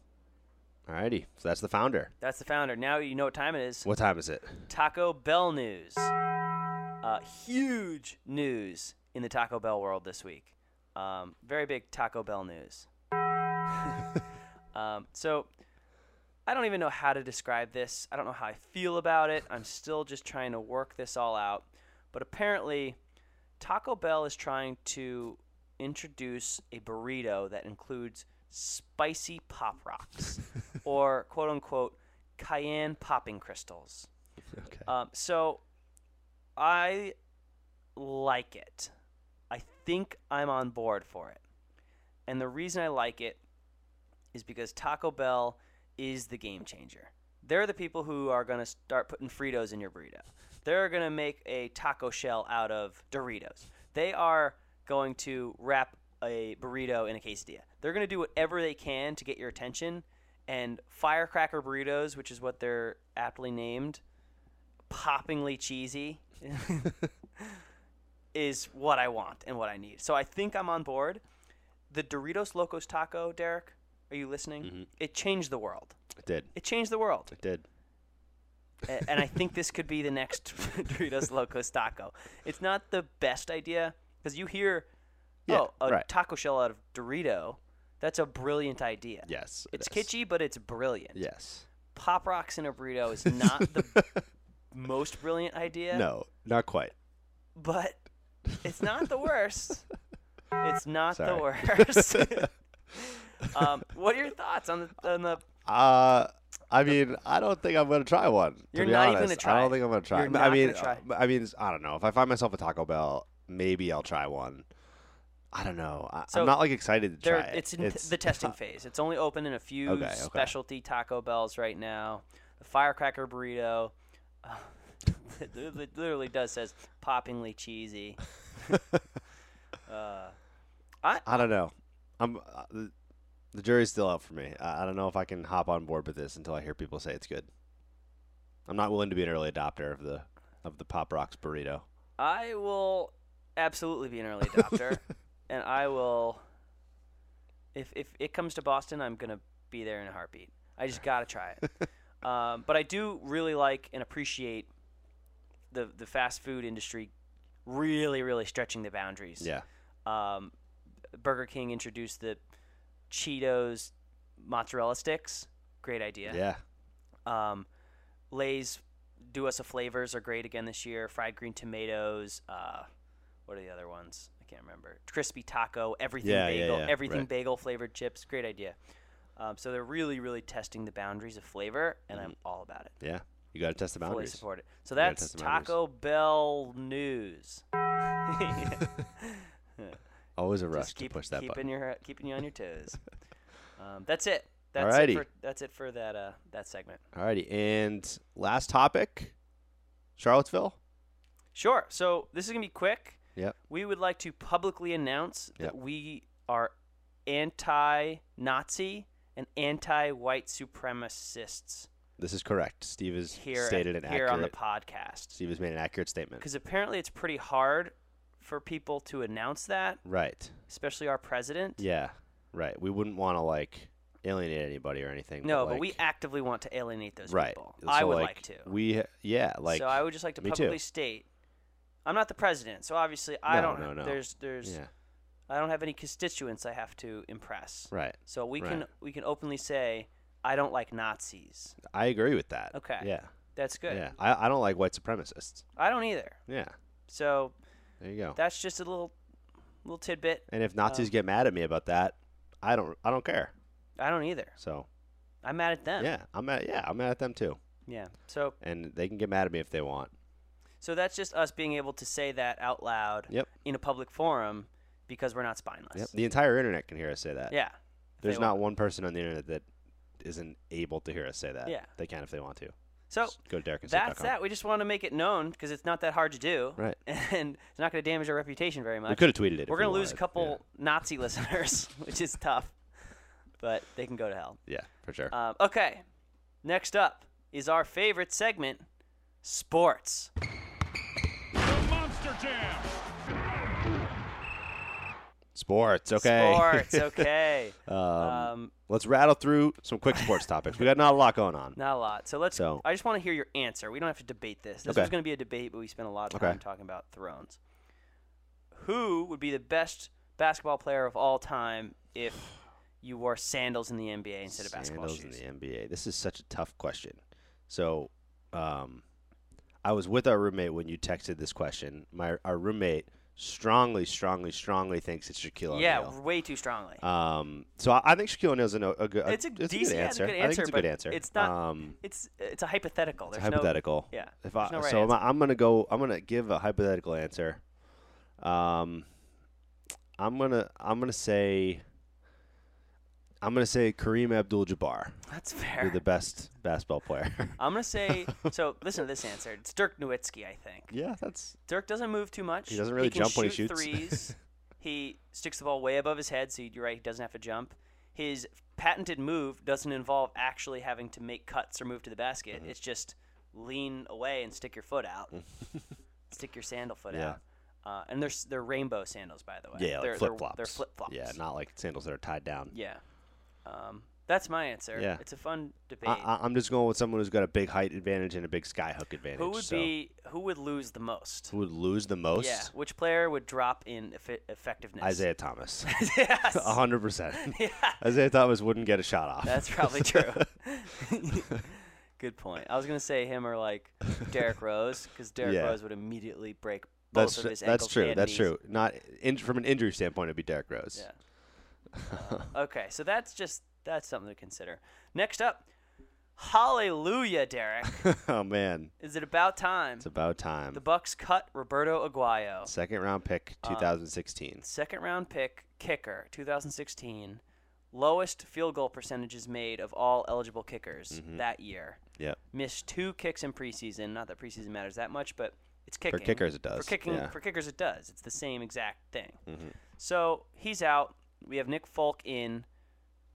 Speaker 1: Alrighty, so that's the founder.
Speaker 2: That's the founder. Now you know what time it is.
Speaker 1: What time is it?
Speaker 2: Taco Bell news. Uh, huge news in the Taco Bell world this week. Um, very big Taco Bell news. um, so I don't even know how to describe this. I don't know how I feel about it. I'm still just trying to work this all out. But apparently, Taco Bell is trying to introduce a burrito that includes spicy pop rocks or quote unquote cayenne popping crystals.
Speaker 1: Okay.
Speaker 2: Um, so I like it. I think I'm on board for it. And the reason I like it is because Taco Bell is the game changer. They're the people who are going to start putting Fritos in your burrito. They're going to make a taco shell out of Doritos. They are going to wrap a burrito in a quesadilla. They're going to do whatever they can to get your attention. And firecracker burritos, which is what they're aptly named, poppingly cheesy is what I want and what I need. So I think I'm on board. The Doritos Locos Taco, Derek, are you listening?
Speaker 1: Mm-hmm.
Speaker 2: It changed the world.
Speaker 1: It did.
Speaker 2: It changed the world.
Speaker 1: It did.
Speaker 2: A- and I think this could be the next Doritos Locos Taco. It's not the best idea because you hear,
Speaker 1: Yeah,
Speaker 2: oh, a
Speaker 1: right.
Speaker 2: taco shell out of Dorito. That's a brilliant idea.
Speaker 1: Yes. it
Speaker 2: It's
Speaker 1: is.
Speaker 2: kitschy, but it's brilliant.
Speaker 1: Yes.
Speaker 2: Pop rocks in a burrito is not the most brilliant idea.
Speaker 1: No, not quite.
Speaker 2: but it's not the worst. It's not
Speaker 1: Sorry.
Speaker 2: the worst. um, what are your thoughts on the on the?
Speaker 1: Uh, I mean, I don't think I'm gonna try one. To
Speaker 2: You're
Speaker 1: be
Speaker 2: not even
Speaker 1: honest,
Speaker 2: gonna try
Speaker 1: I
Speaker 2: it.
Speaker 1: don't think I'm gonna try.
Speaker 2: You're
Speaker 1: I
Speaker 2: not
Speaker 1: mean,
Speaker 2: gonna
Speaker 1: uh, I mean, I don't know. If I find myself a Taco Bell, maybe I'll try one. I don't know. I,
Speaker 2: So,
Speaker 1: I'm not like excited to
Speaker 2: They're,
Speaker 1: try it.
Speaker 2: it's in t- the testing phase. It's only open in a few
Speaker 1: Okay, okay.
Speaker 2: specialty Taco Bells right now. The firecracker burrito, uh, it li- literally does says poppingly cheesy. uh,
Speaker 1: I don't know. I'm uh, the, the jury's still out for me. I, I don't know if I can hop on board with this until I hear people say it's good. I'm not willing to be an early adopter of the of the Pop Rocks burrito.
Speaker 2: I will absolutely be an early adopter, and I will. If if it comes to Boston, I'm gonna be there in a heartbeat. I just gotta try it. um, but I do really like and appreciate the the fast food industry really really stretching the boundaries.
Speaker 1: Yeah.
Speaker 2: Um, Burger King introduced the Cheetos mozzarella sticks. Great idea.
Speaker 1: Yeah.
Speaker 2: Um, Lay's do us a flavors are great again this year. Fried green tomatoes. Uh, what are the other ones? I can't remember. Crispy taco. Everything
Speaker 1: Yeah, yeah,
Speaker 2: bagel.
Speaker 1: yeah,
Speaker 2: everything
Speaker 1: right.
Speaker 2: bagel flavored chips. Great idea. Um, so they're really, really testing the boundaries of flavor, and I'm all about it.
Speaker 1: Yeah. You got to test the
Speaker 2: Fully
Speaker 1: Mm-hmm. boundaries.
Speaker 2: support it. So
Speaker 1: gotta
Speaker 2: that's
Speaker 1: test the boundaries.
Speaker 2: Taco Bell news.
Speaker 1: Always a rush
Speaker 2: Just keep
Speaker 1: to push that
Speaker 2: keeping
Speaker 1: button.
Speaker 2: your keeping you on your toes. um, that's it. That's
Speaker 1: Alrighty.
Speaker 2: it for that's it for that uh, that segment.
Speaker 1: Alrighty, and last topic, Charlottesville.
Speaker 2: Sure. So this is gonna be quick.
Speaker 1: Yep.
Speaker 2: we would like to publicly announce
Speaker 1: Yep.
Speaker 2: that we are anti-Nazi and anti-white supremacists
Speaker 1: This is correct. Steve has
Speaker 2: here,
Speaker 1: stated
Speaker 2: at-
Speaker 1: an
Speaker 2: here
Speaker 1: accurate.
Speaker 2: on the podcast.
Speaker 1: Steve has made an accurate statement.
Speaker 2: Because apparently it's pretty hard for people to announce that,
Speaker 1: Right.
Speaker 2: especially our president.
Speaker 1: Yeah. Right. We wouldn't want to like alienate anybody or anything.
Speaker 2: No, but
Speaker 1: like-
Speaker 2: we actively want to alienate those
Speaker 1: right.
Speaker 2: people.
Speaker 1: So,
Speaker 2: I would like, to.
Speaker 1: We yeah like
Speaker 2: so I would just like to
Speaker 1: me too.
Speaker 2: publicly state, I'm not the president, so obviously I
Speaker 1: No,
Speaker 2: don't.
Speaker 1: no, no.
Speaker 2: There's, there's,
Speaker 1: yeah
Speaker 2: I don't have any constituents I have to impress.
Speaker 1: right.
Speaker 2: So we
Speaker 1: Right.
Speaker 2: can we can openly say I don't like Nazis.
Speaker 1: I agree with that.
Speaker 2: Okay.
Speaker 1: Yeah.
Speaker 2: That's good.
Speaker 1: Yeah. I, I don't like white supremacists.
Speaker 2: I don't either.
Speaker 1: Yeah.
Speaker 2: So
Speaker 1: There you go.
Speaker 2: that's just a little little tidbit.
Speaker 1: and if
Speaker 2: um,
Speaker 1: Nazis get mad at me about that, I don't I don't care.
Speaker 2: I don't either.
Speaker 1: So
Speaker 2: I'm mad at them.
Speaker 1: yeah, I'm at yeah I'm mad at them too,
Speaker 2: Yeah. So
Speaker 1: and they can get mad at me if they want.
Speaker 2: so that's just us being able to say that out loud
Speaker 1: Yep.
Speaker 2: in a public forum because we're not spineless.
Speaker 1: Yep. The entire internet can hear us say that.
Speaker 2: Yeah. if
Speaker 1: There's
Speaker 2: they
Speaker 1: not
Speaker 2: want.
Speaker 1: one person on the internet that isn't able to hear us say that.
Speaker 2: Yeah.
Speaker 1: They can if they want to.
Speaker 2: So
Speaker 1: Just go to derekandsteve.com.
Speaker 2: that's that. We just want to make it known because it's not that hard to do.
Speaker 1: Right.
Speaker 2: And it's not going to damage our reputation very much.
Speaker 1: We could have tweeted it.
Speaker 2: We're
Speaker 1: if we
Speaker 2: gonna lose a
Speaker 1: wanted.
Speaker 2: couple Nazi listeners, which is tough, but they can go to hell. Uh,
Speaker 1: Yeah, yeah for sure.
Speaker 2: Um, okay, next up, is our favorite segment, sports.
Speaker 4: Monster Jam.
Speaker 1: Sports. Okay.
Speaker 2: Sports. Okay.
Speaker 1: um,
Speaker 2: um,
Speaker 1: let's rattle through some quick sports topics. We got not a lot going on.
Speaker 2: not a lot. So let's.
Speaker 1: So-
Speaker 2: I just want to hear your answer. We don't have to debate this. This
Speaker 1: Okay.
Speaker 2: was going to be a debate, but we spent a lot of
Speaker 1: Okay.
Speaker 2: time talking about Thrones. Who would be the best basketball player of all time if you wore sandals in the NBA instead of basketball
Speaker 1: Sandals in
Speaker 2: shoes?
Speaker 1: the NBA. This is such a tough question. So, um, I was with our roommate when you texted this question. My our roommate strongly, strongly, strongly thinks it's Shaquille
Speaker 2: yeah,
Speaker 1: O'Neal.
Speaker 2: way too strongly.
Speaker 1: Um, so I, I think Shaquille O'Neal's a, a, good-
Speaker 2: It's a decent- yeah, it's a
Speaker 1: answer.
Speaker 2: good
Speaker 1: I think
Speaker 2: answer,
Speaker 1: it's a
Speaker 2: but
Speaker 1: good answer.
Speaker 2: it's not-
Speaker 1: um,
Speaker 2: it's it's a hypothetical. There's
Speaker 1: it's hypothetical.
Speaker 2: No, yeah.
Speaker 1: If I,
Speaker 2: there's no right
Speaker 1: so I'm,
Speaker 2: answer.
Speaker 1: I'm gonna go. I'm gonna give a hypothetical answer. Um, I'm gonna I'm gonna say I'm gonna say Kareem Abdul-Jabbar,
Speaker 2: That's
Speaker 1: be
Speaker 2: fair.
Speaker 1: the best basketball player.
Speaker 2: I'm gonna say so. Listen to this answer. It's Dirk Nowitzki, I think.
Speaker 1: yeah, that's
Speaker 2: Dirk doesn't move too much.
Speaker 1: He doesn't really
Speaker 2: can
Speaker 1: jump when he
Speaker 2: shoot
Speaker 1: shoots.
Speaker 2: Threes. he sticks the ball way above his head, so you're right. He doesn't have to jump. His patented move doesn't involve actually having to make cuts or move to the basket.
Speaker 1: Mm-hmm.
Speaker 2: It's just lean away and stick your foot out, stick your sandal foot
Speaker 1: Mm-hmm. Yeah.
Speaker 2: out. Uh, and they're s- they're rainbow sandals, by the way.
Speaker 1: yeah,
Speaker 2: they're
Speaker 1: like flip flops.
Speaker 2: They're, flip flops.
Speaker 1: Yeah, not like sandals that are tied down.
Speaker 2: Yeah. Um, that's my answer.
Speaker 1: Yeah.
Speaker 2: It's a fun debate.
Speaker 1: I, I, I'm just going with someone who's got a big height advantage and a big sky hook advantage.
Speaker 2: who would
Speaker 1: so.
Speaker 2: be who would lose the most?
Speaker 1: who would lose the most?
Speaker 2: Yeah, which player would drop in effi- effectiveness?
Speaker 1: Isaiah Thomas.
Speaker 2: yes.
Speaker 1: A hundred percent. Isaiah Thomas wouldn't get a shot off.
Speaker 2: That's probably true. Good point. I was gonna say him or like Derrick Rose, because Derrick
Speaker 1: Yeah.
Speaker 2: Rose would immediately break both
Speaker 1: that's
Speaker 2: of
Speaker 1: tr-
Speaker 2: his
Speaker 1: that's
Speaker 2: ankles.
Speaker 1: true.
Speaker 2: and
Speaker 1: That's
Speaker 2: knees.
Speaker 1: true. Not in, from an injury standpoint, it'd be Derrick Rose.
Speaker 2: Yeah. Okay, so that's just that's something to consider. Next up, Hallelujah, Derek.
Speaker 1: oh man,
Speaker 2: Is it about time?
Speaker 1: it's about time.
Speaker 2: The Uh, Bucks cut Roberto Aguayo.
Speaker 1: Second round pick, 2016.
Speaker 2: second round pick, kicker, 2016, lowest field goal percentages made of all eligible kickers
Speaker 1: Mm-hmm.
Speaker 2: that year.
Speaker 1: yeah,
Speaker 2: Missed two kicks in preseason. Not that preseason matters that much, but it's kicking.
Speaker 1: kickers, it does,
Speaker 2: For kicking,
Speaker 1: yeah. Mm-hmm.
Speaker 2: for kickers, it does. It's the same exact thing. So he's out. We have Nick Folk in.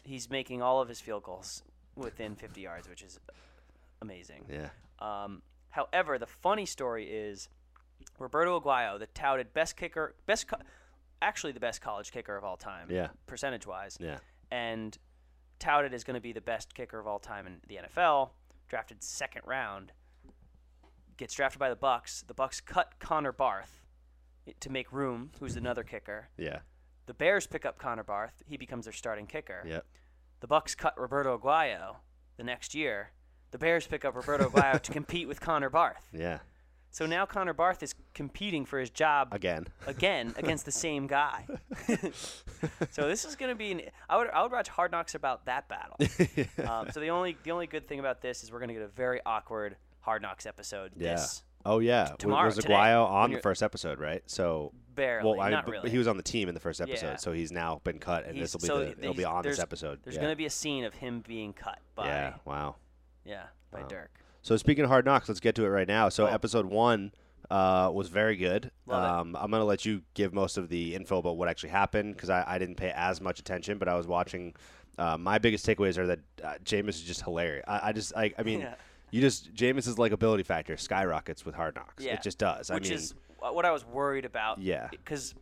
Speaker 2: He's making all of his field goals within 50 yards, which is amazing.
Speaker 1: yeah.
Speaker 2: Um, however, the funny story is Roberto Aguayo, the touted best kicker, best co- actually the best college kicker of all time,
Speaker 1: Yeah.
Speaker 2: percentage wise,
Speaker 1: Yeah.
Speaker 2: and touted as going to be the best kicker of all time in the NFL. Drafted second round, gets drafted by the Bucks. The Bucks cut Connor Barth to make room, who's another kicker.
Speaker 1: Yeah.
Speaker 2: The Bears pick up Connor Barth. He becomes their starting kicker
Speaker 1: Yeah.
Speaker 2: the Bucks cut Roberto Aguayo the next year. The Bears pick up Roberto Aguayo to compete with Connor Barth.
Speaker 1: Yeah.
Speaker 2: So now Connor Barth is competing for his job
Speaker 1: Again.
Speaker 2: again against the same guy. so this is going to be an I would I would watch Hard Knocks about that battle. um, so the only the only good thing about this is we're going to get a very awkward Hard Knocks episode.
Speaker 1: Yeah.
Speaker 2: This
Speaker 1: Oh yeah. W-
Speaker 2: tomorrow,
Speaker 1: was
Speaker 2: today,
Speaker 1: Aguayo
Speaker 2: when
Speaker 1: on the
Speaker 2: you're-
Speaker 1: first episode, right? So
Speaker 2: barely,
Speaker 1: I mean,
Speaker 2: not
Speaker 1: but- but
Speaker 2: really.
Speaker 1: he was on the team in the first episode,
Speaker 2: Yeah.
Speaker 1: so he's now been cut, and this
Speaker 2: He's-
Speaker 1: will be
Speaker 2: so
Speaker 1: the, it'll
Speaker 2: he's-
Speaker 1: be on this
Speaker 2: there's-
Speaker 1: episode.
Speaker 2: There's
Speaker 1: yeah.
Speaker 2: going to be a scene of him being cut by
Speaker 1: yeah.
Speaker 2: yeah,
Speaker 1: Wow.
Speaker 2: by Dirk.
Speaker 1: So speaking of hard knocks, let's get to it right now. So episode one uh, was very good.
Speaker 2: Oh. Love
Speaker 1: um, I'm gonna let you give most of the info about what actually happened because I, I didn't pay as much attention, but I was watching. Uh, my biggest takeaways are that uh, Jameis is just hilarious. I, I just I, I mean.
Speaker 2: Yeah.
Speaker 1: You just Jameis's likability factor skyrockets with hard knocks.
Speaker 2: Yeah.
Speaker 1: It just does.
Speaker 2: Which
Speaker 1: I mean,
Speaker 2: is wh- what I was worried about.
Speaker 1: Yeah.
Speaker 2: Because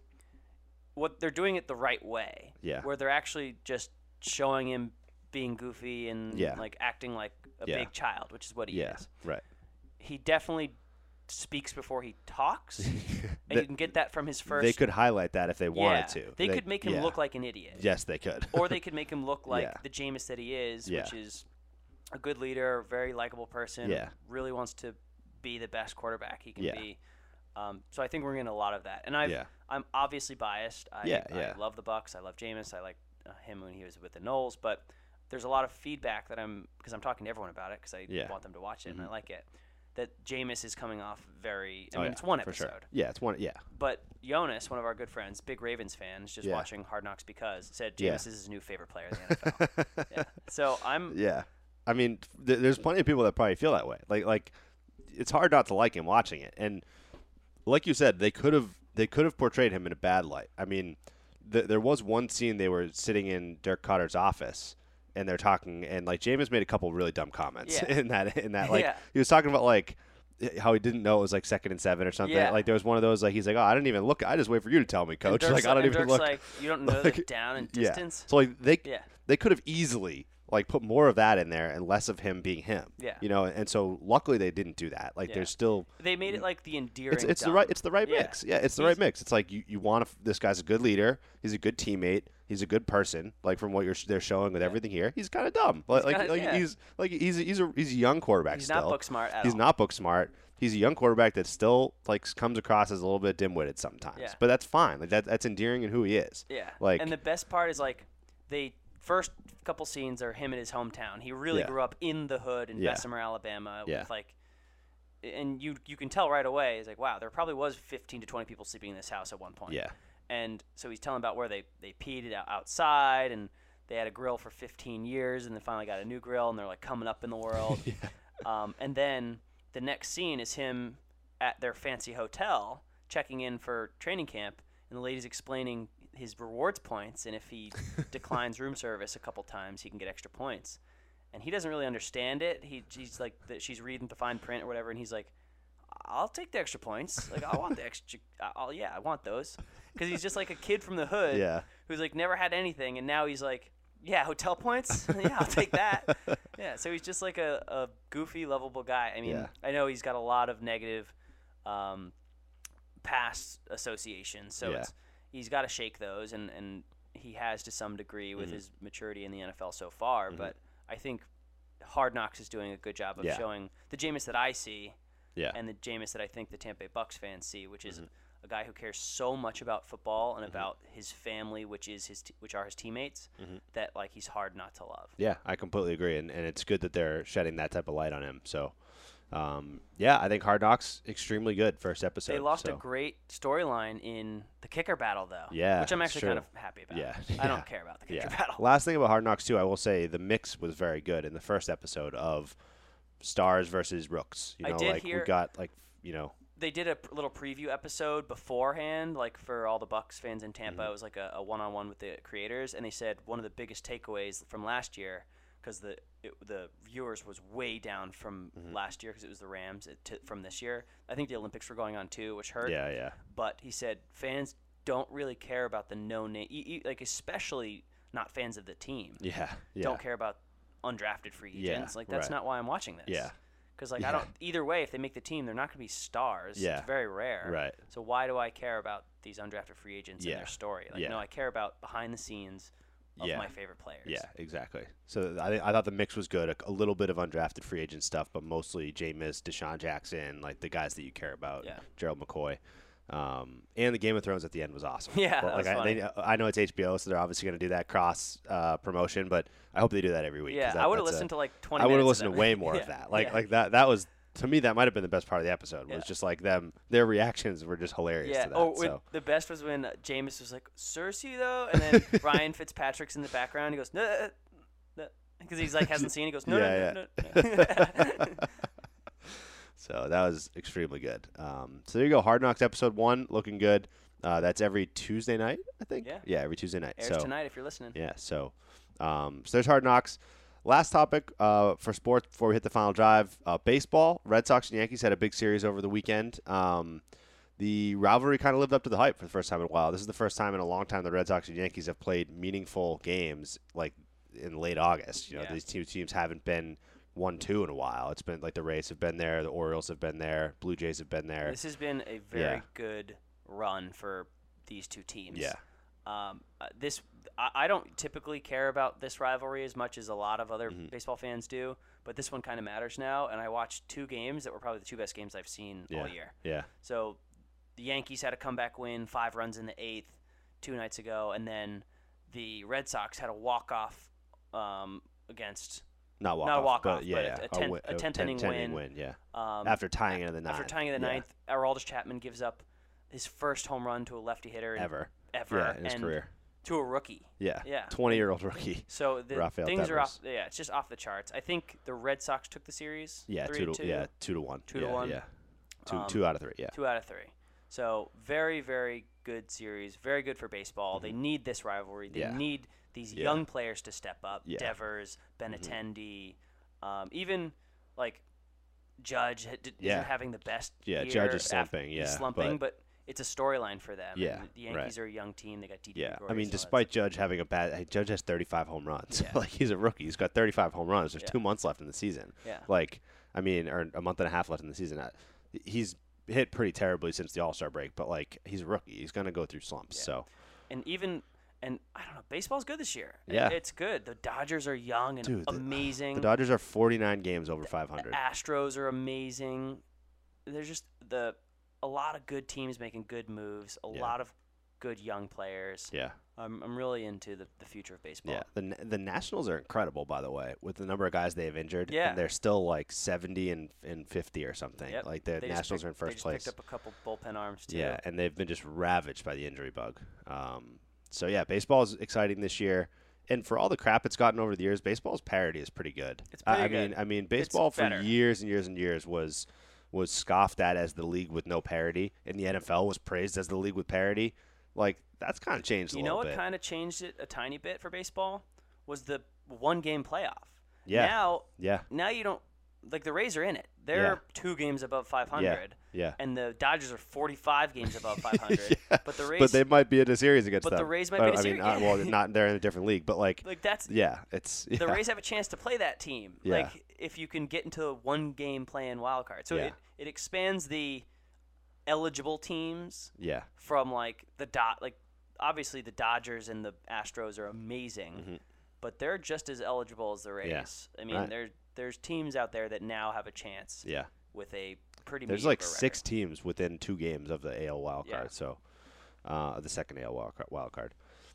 Speaker 2: what they're doing it the right way.
Speaker 1: Yeah.
Speaker 2: Where they're actually just showing him being goofy and
Speaker 1: Yeah.
Speaker 2: like acting like a
Speaker 1: Yeah.
Speaker 2: big child, which is what he
Speaker 1: yeah,
Speaker 2: is.
Speaker 1: right.
Speaker 2: He definitely speaks before he talks, and
Speaker 1: They-
Speaker 2: you can get that from his first.
Speaker 1: They could highlight that if they
Speaker 2: Yeah.
Speaker 1: wanted to.
Speaker 2: They, could make him
Speaker 1: yeah.
Speaker 2: look like an idiot,
Speaker 1: Yes, they could.
Speaker 2: or they could make him look like
Speaker 1: Yeah.
Speaker 2: the Jameis that he is,
Speaker 1: Yeah.
Speaker 2: which is a good leader, very likable person.
Speaker 1: Yeah.
Speaker 2: Really wants to be the best quarterback he can
Speaker 1: Yeah.
Speaker 2: be. Um, so I think we're getting a lot of that, and I
Speaker 1: Yeah.
Speaker 2: have I'm obviously biased. I,
Speaker 1: Yeah,
Speaker 2: I
Speaker 1: yeah.
Speaker 2: love the Bucks. I love Jameis. I like uh, him when he was with the Knowles, but there's a lot of feedback that I'm because I'm talking to everyone about it because I
Speaker 1: Yeah. Mm-hmm.
Speaker 2: want them to watch it and I like it. That Jameis is coming off very. I
Speaker 1: Oh,
Speaker 2: mean,
Speaker 1: yeah,
Speaker 2: it's one
Speaker 1: for
Speaker 2: episode,
Speaker 1: sure. Yeah, it's one. Yeah,
Speaker 2: but Jonas, one of our good friends, big Ravens fan, is just
Speaker 1: Yeah.
Speaker 2: watching Hard Knocks because said Jameis
Speaker 1: Yeah.
Speaker 2: is his new favorite player in the NFL. yeah. So I'm
Speaker 1: Yeah, I mean, th- there's plenty of people that probably feel that way. Like, like it's hard not to like him watching it. And like you said, they could have they could have portrayed him in a bad light. I mean, th- there was one scene they were sitting in Dirk Cotter's office, and they're talking and like Jameis made a couple really dumb comments
Speaker 2: Yeah.
Speaker 1: in that in that like
Speaker 2: Yeah.
Speaker 1: he was talking about like how he didn't know it was like second and seven or something.
Speaker 2: Yeah.
Speaker 1: Like there was one of those like he's like, Oh, I didn't even look I just wait for you to tell me,
Speaker 2: And
Speaker 1: coach.
Speaker 2: Dirk's
Speaker 1: Like I don't
Speaker 2: and
Speaker 1: even
Speaker 2: Dirk's
Speaker 1: look
Speaker 2: Like you don't know the
Speaker 1: Like,
Speaker 2: down and
Speaker 1: Yeah.
Speaker 2: distance.
Speaker 1: So like they
Speaker 2: Yeah.
Speaker 1: they could have easily like put more of that in there and less of him being him.
Speaker 2: Yeah.
Speaker 1: You know, and so luckily they didn't do that. Like
Speaker 2: Yeah.
Speaker 1: there's still
Speaker 2: They made it like the endearing.
Speaker 1: Mm. it's, it's the
Speaker 2: dumb.
Speaker 1: right it's the right
Speaker 2: Yeah.
Speaker 1: mix. Yeah, it's the
Speaker 2: He's-
Speaker 1: right mix. It's like you, you want to, this guy's a good leader. He's a good teammate. He's a good person. Like from what you're they're showing with everything here, he's kind of dumb. Like like,
Speaker 2: kinda-
Speaker 1: like,
Speaker 2: yeah.
Speaker 1: he's like he's he's a he's a young quarterback.
Speaker 2: He's
Speaker 1: still.
Speaker 2: not book smart at
Speaker 1: he's
Speaker 2: all.
Speaker 1: not book smart. He's a young quarterback that still like comes across as a little bit dim-witted sometimes.
Speaker 2: Yeah.
Speaker 1: But that's fine. Like that that's endearing in who he is.
Speaker 2: Yeah.
Speaker 1: Like
Speaker 2: and the best part is like they first couple scenes are him in his hometown. He really
Speaker 1: Yeah.
Speaker 2: grew up in the hood in
Speaker 1: Yeah.
Speaker 2: Bessemer, Alabama.
Speaker 1: Yeah.
Speaker 2: With like, and you you can tell right away. He's like, wow, there probably was fifteen to twenty people sleeping in this house at one point.
Speaker 1: yeah.
Speaker 2: And so he's telling about where they they peed it out outside, and they had a grill for fifteen years, and they finally got a new grill, and they're like coming up in the world. um, and then the next scene is him at their fancy hotel checking in for training camp, and the lady's explaining his rewards points, and if he declines room service a couple times, he can get extra points. And he doesn't really understand it. He, he's like, the, she's reading the fine print or whatever, and he's like, I'll take the extra points. Like I want the extra. I'll yeah, I want those. Because he's just like a kid from the hood.
Speaker 1: Yeah.
Speaker 2: Who's like never had anything, and now he's like, yeah, hotel points. yeah, I'll take that. yeah. So he's just like a, a goofy, lovable guy. I mean,
Speaker 1: Yeah.
Speaker 2: I know he's got a lot of negative, um, past associations. So
Speaker 1: Yeah.
Speaker 2: it's, he's got to shake those, and and he has to some degree
Speaker 1: Mm-hmm.
Speaker 2: with his maturity in the NFL so far. But I think Hard Knocks is doing a good job of
Speaker 1: Yeah.
Speaker 2: showing the Jameis that I see
Speaker 1: Yeah.
Speaker 2: and the Jameis that I think the Tampa Bay Bucks fans see, which is
Speaker 1: Mm-hmm.
Speaker 2: a guy who cares so much about football and about his family, which is his, t- which are his teammates,
Speaker 1: Mm-hmm.
Speaker 2: that like he's hard not to love.
Speaker 1: Yeah, I completely agree, and, and it's good that they're shedding that type of light on him. So, um, yeah, I think Hard Knocks extremely good first episode.
Speaker 2: They lost
Speaker 1: so.
Speaker 2: a great storyline in the kicker battle, though.
Speaker 1: Yeah,
Speaker 2: which I'm
Speaker 1: it's
Speaker 2: actually kind of
Speaker 1: true.
Speaker 2: happy about.
Speaker 1: Yeah,
Speaker 2: I don't
Speaker 1: yeah,
Speaker 2: care about the kicker
Speaker 1: yeah.
Speaker 2: battle.
Speaker 1: Last thing about Hard Knocks too, I will say the mix was very good in the first episode of Stars versus Rooks. You
Speaker 2: I
Speaker 1: know,
Speaker 2: did
Speaker 1: like
Speaker 2: hear-
Speaker 1: we got like you know,
Speaker 2: they did a p- little preview episode beforehand, like for all the Bucks fans in Tampa. It was like a, a one-on-one with the creators, and they said one of the biggest takeaways from last year, because the it, the viewers was way down from last year because it was the Rams it t- from this year. I think the Olympics were going on too, which hurt.
Speaker 1: yeah, yeah,
Speaker 2: But he said fans don't really care about the no name, e- e- like especially not fans of the team.
Speaker 1: yeah, yeah,
Speaker 2: Don't care about undrafted free
Speaker 1: Yeah,
Speaker 2: agents. like that's
Speaker 1: right.
Speaker 2: not why I'm watching this.
Speaker 1: Yeah.
Speaker 2: Because like
Speaker 1: Yeah.
Speaker 2: I don't either way, if they make the team, they're not going to be stars.
Speaker 1: Yeah.
Speaker 2: It's very rare.
Speaker 1: Right.
Speaker 2: So why do I care about these undrafted free agents and
Speaker 1: Yeah.
Speaker 2: their story? Like
Speaker 1: Yeah.
Speaker 2: no, I care about behind the scenes of
Speaker 1: Yeah.
Speaker 2: my favorite players.
Speaker 1: yeah, exactly. So I, I thought the mix was good. A, a little bit of undrafted free agent stuff, but mostly Jameis, Deshaun Jackson, like the guys that you care about,
Speaker 2: Yeah.
Speaker 1: Gerald McCoy. Um, and the Game of Thrones at the end was awesome.
Speaker 2: Yeah,
Speaker 1: But,
Speaker 2: that
Speaker 1: like
Speaker 2: was
Speaker 1: I, they- I know it's HBO, so they're obviously going to do that cross uh, promotion. But I hope they do that every week. 'cause
Speaker 2: Yeah,
Speaker 1: that-
Speaker 2: I would have
Speaker 1: that's a-
Speaker 2: listened to like twenty.
Speaker 1: I would
Speaker 2: would
Speaker 1: have listened to way more of that. Like like that. That was to me that might have been the best part of the episode. Was
Speaker 2: Yeah.
Speaker 1: just like them. Their reactions were just hilarious.
Speaker 2: Yeah.
Speaker 1: To that,
Speaker 2: Oh, when-
Speaker 1: so.
Speaker 2: the best was when uh, Jameis was like, "Cersei though," and then Ryan Fitzpatrick's in the background. He goes, "No," because he's like hasn't seen. He goes, "No,
Speaker 1: Yeah,
Speaker 2: no,
Speaker 1: yeah.
Speaker 2: no, no." no.
Speaker 1: So that was extremely good. Um, so there you go, Hard Knocks episode one, looking good. Uh, that's every Tuesday night, I think.
Speaker 2: Yeah.
Speaker 1: yeah every Tuesday night.
Speaker 2: Airs
Speaker 1: so
Speaker 2: tonight if you're listening.
Speaker 1: yeah, so um, so there's Hard Knocks. Last topic uh, for sports before we hit the final drive: uh, baseball. Red Sox and Yankees had a big series over the weekend. Um, the rivalry kind of lived up to the hype for the first time in a while. This is the first time in a long time the Red Sox and Yankees have played meaningful games like in late August. You know,
Speaker 2: Yeah.
Speaker 1: these two teams haven't been one two in a while. It's been like the Rays have been there, the Orioles have been there, Blue Jays have been there.
Speaker 2: This has been a very
Speaker 1: Yeah.
Speaker 2: good run for these two teams.
Speaker 1: Yeah.
Speaker 2: Um, uh, this I, I don't typically care about this rivalry as much as a lot of other
Speaker 1: Mm-hmm.
Speaker 2: baseball fans do, but this one kind of matters now. And I watched two games that were probably the two best games I've seen
Speaker 1: yeah.
Speaker 2: all year.
Speaker 1: Yeah.
Speaker 2: So the Yankees had a comeback win, five runs in the eighth, two nights ago, and then the Red Sox had a walk off um, against
Speaker 1: Not walk
Speaker 2: Not a
Speaker 1: off,
Speaker 2: walk-off,
Speaker 1: but
Speaker 2: but
Speaker 1: yeah, yeah.
Speaker 2: a tenth-
Speaker 1: win-
Speaker 2: a tenth inning win.
Speaker 1: Yeah.
Speaker 2: um,
Speaker 1: after tying it in the ninth.
Speaker 2: after tying in the
Speaker 1: Yeah.
Speaker 2: ninth. Araldis Chapman gives up his first home run to a lefty hitter in-
Speaker 1: ever.
Speaker 2: ever
Speaker 1: Yeah, in his
Speaker 2: and
Speaker 1: career.
Speaker 2: to a rookie.
Speaker 1: Yeah.
Speaker 2: Yeah.
Speaker 1: 20 year old rookie.
Speaker 2: So the
Speaker 1: Rafael
Speaker 2: things are off.
Speaker 1: Devers.
Speaker 2: Yeah, it's just off the charts. I think the Red Sox took the series.
Speaker 1: Yeah,
Speaker 2: three
Speaker 1: two to yeah, two to one.
Speaker 2: Two
Speaker 1: yeah,
Speaker 2: to one.
Speaker 1: Yeah. Two two out of three, yeah.
Speaker 2: two out of three. So very, very good series. Very good for baseball. They need this rivalry. They
Speaker 1: Mm-hmm. Yeah.
Speaker 2: need these young players to step up.
Speaker 1: Yeah. Mm-hmm.
Speaker 2: Devers, Benatendi, um, even like Judge had- did-
Speaker 1: Yeah.
Speaker 2: isn't having the best.
Speaker 1: Yeah,
Speaker 2: year
Speaker 1: Judge is
Speaker 2: af-
Speaker 1: slumping,
Speaker 2: he's
Speaker 1: yeah,
Speaker 2: slumping, but, it's a storyline for them. and
Speaker 1: Yeah,
Speaker 2: the
Speaker 1: right.
Speaker 2: Yankees are a young team. They got D.D.
Speaker 1: Yeah,
Speaker 2: Gregorius
Speaker 1: I
Speaker 2: and all
Speaker 1: mean,
Speaker 2: that stuff.
Speaker 1: despite Judge having a bad, hey, Judge has 35 home runs. like he's a rookie. He's got 35 home runs. There's two months left in the season.
Speaker 2: Yeah.
Speaker 1: Like, I mean, or a month and a half left in the season. I- He's hit pretty terribly since the All Star break, but like he's a rookie. He's gonna go through slumps. So
Speaker 2: and even and I don't know, baseball's good this year. I-
Speaker 1: Yeah.
Speaker 2: it's good. The Dodgers are young and
Speaker 1: Dude, the-
Speaker 2: amazing.
Speaker 1: the Dodgers are 49 games over 500.
Speaker 2: Astros are amazing. There's just the a lot of good teams making good moves. A
Speaker 1: Yeah.
Speaker 2: lot of good young players.
Speaker 1: Yeah.
Speaker 2: I'm I'm really into the, the future of baseball.
Speaker 1: Yeah, the Na- the Nationals are incredible, by the way, with the number of guys they have injured.
Speaker 2: Yeah.
Speaker 1: and they're still like seventy and, and fifty or something.
Speaker 2: Yep.
Speaker 1: Like the
Speaker 2: They just
Speaker 1: Nationals
Speaker 2: picked-
Speaker 1: are in first
Speaker 2: they just
Speaker 1: place.
Speaker 2: Picked up a couple bullpen arms too.
Speaker 1: Yeah, and they've been just ravaged by the injury bug. Um, so yeah, baseball is exciting this year, and for all the crap it's gotten over the years, baseball's parity is pretty good.
Speaker 2: It's
Speaker 1: I- I
Speaker 2: pretty
Speaker 1: mean,
Speaker 2: good.
Speaker 1: I mean, baseball for
Speaker 2: better.
Speaker 1: years and years and years was was scoffed at as the league with no parity, and the NFL was praised as the league with parity. Like that's kind of changed a
Speaker 2: You
Speaker 1: little
Speaker 2: know what
Speaker 1: bit.
Speaker 2: kind of changed it a tiny bit for baseball was the one game playoff.
Speaker 1: Yeah.
Speaker 2: Now
Speaker 1: yeah,
Speaker 2: now you don't like the Rays are in it. They're
Speaker 1: Yeah.
Speaker 2: two games above 500.
Speaker 1: yeah.
Speaker 2: And the Dodgers are 45 games above 500. But the Rays
Speaker 1: but they might be in a series against
Speaker 2: but
Speaker 1: them.
Speaker 2: the Rays might
Speaker 1: Uh,
Speaker 2: be in
Speaker 1: I
Speaker 2: a
Speaker 1: mean,
Speaker 2: series,
Speaker 1: uh,
Speaker 2: yeah.
Speaker 1: well, not they're in a different league, but like,
Speaker 2: like that's
Speaker 1: yeah, it's yeah.
Speaker 2: the Rays have a chance to play that team.
Speaker 1: Yeah.
Speaker 2: Like if you can get into a one game playing wild card. So
Speaker 1: Yeah.
Speaker 2: it, it expands the eligible teams
Speaker 1: yeah.
Speaker 2: from like the dot like obviously the Dodgers and the Astros are amazing, but they're just as eligible as the Rays.
Speaker 1: Mm-hmm. Yeah.
Speaker 2: I mean
Speaker 1: Right.
Speaker 2: there there's teams out there that now have a chance
Speaker 1: Yeah.
Speaker 2: with a pretty
Speaker 1: There's
Speaker 2: mediocre
Speaker 1: like
Speaker 2: record.
Speaker 1: six teams within two games of the AL wild
Speaker 2: Yeah.
Speaker 1: card. So, uh, the second AL wild card, wild card.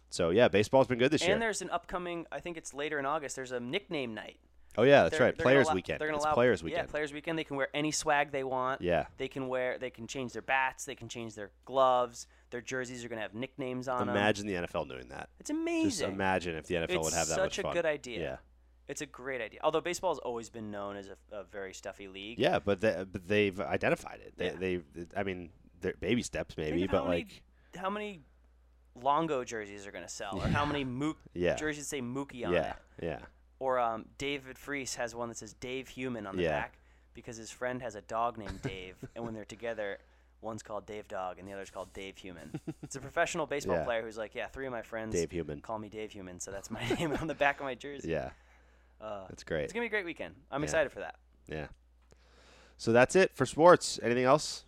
Speaker 1: So yeah, baseball's been good this
Speaker 2: And
Speaker 1: year.
Speaker 2: there's an upcoming I think it's later in August, there's a nickname night.
Speaker 1: Oh yeah, that's
Speaker 2: They're-
Speaker 1: right.
Speaker 2: they're gonna
Speaker 1: Players
Speaker 2: allow-
Speaker 1: weekend.
Speaker 2: They're gonna
Speaker 1: It's
Speaker 2: allow
Speaker 1: players weekend.
Speaker 2: Yeah, players weekend. They can wear any swag they want.
Speaker 1: Yeah.
Speaker 2: They can wear. They can change their bats. They can change their gloves. Their jerseys are gonna have nicknames on them.
Speaker 1: Imagine the NFL doing that.
Speaker 2: It's amazing.
Speaker 1: Just imagine if the NFL would
Speaker 2: It's
Speaker 1: have that
Speaker 2: such
Speaker 1: much
Speaker 2: a
Speaker 1: fun.
Speaker 2: good idea.
Speaker 1: Yeah.
Speaker 2: It's a great idea. Although baseball has always been known as a, a very stuffy league.
Speaker 1: Yeah, but, they, but they've identified it. They,
Speaker 2: Yeah.
Speaker 1: they, I mean, they're baby steps maybe,
Speaker 2: Think of
Speaker 1: but
Speaker 2: how many-
Speaker 1: like,
Speaker 2: how many Longo jerseys are gonna sell, or how many Mook
Speaker 1: Yeah.
Speaker 2: jerseys say Mookie on
Speaker 1: yeah,
Speaker 2: it,
Speaker 1: yeah.
Speaker 2: or um, David Freese has one that says Dave Human on the
Speaker 1: Yeah.
Speaker 2: back because his friend has a dog named Dave, and when they're together, one's called Dave Dog and the other's called Dave Human. It's a professional baseball
Speaker 1: Yeah.
Speaker 2: player who's like, yeah, three of my friends
Speaker 1: Dave Human.
Speaker 2: call me Dave Human, so that's my name on the back of my jersey.
Speaker 1: Yeah.
Speaker 2: Uh,
Speaker 1: That's great.
Speaker 2: It's gonna be a great weekend. I'm excited for that.
Speaker 1: Yeah. So that's it for sports. Anything else?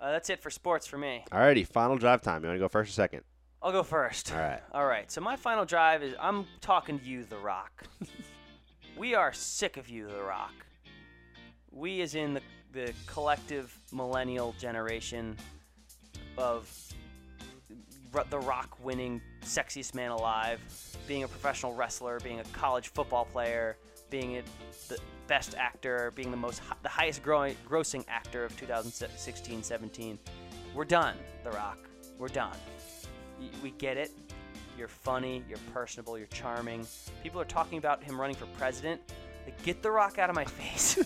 Speaker 2: Uh, that's it for sports for me.
Speaker 1: Alrighty, final drive time. You want to go first or second?
Speaker 2: I'll go first.
Speaker 1: All right.
Speaker 2: All right. So my final drive is I'm talking to you, The Rock. we are sick of you, The Rock. We, as in the, the collective millennial generation of Ro- The Rock winning Sexiest Man Alive, being a professional wrestler, being a college football player, being a, the best actor, being the most hi- the highest growing, grossing actor of 2016 17. We're done, The Rock. We're done. Y- we get it. You're funny, you're personable, you're charming. People are talking about him running for president. Like, get the rock out of my face.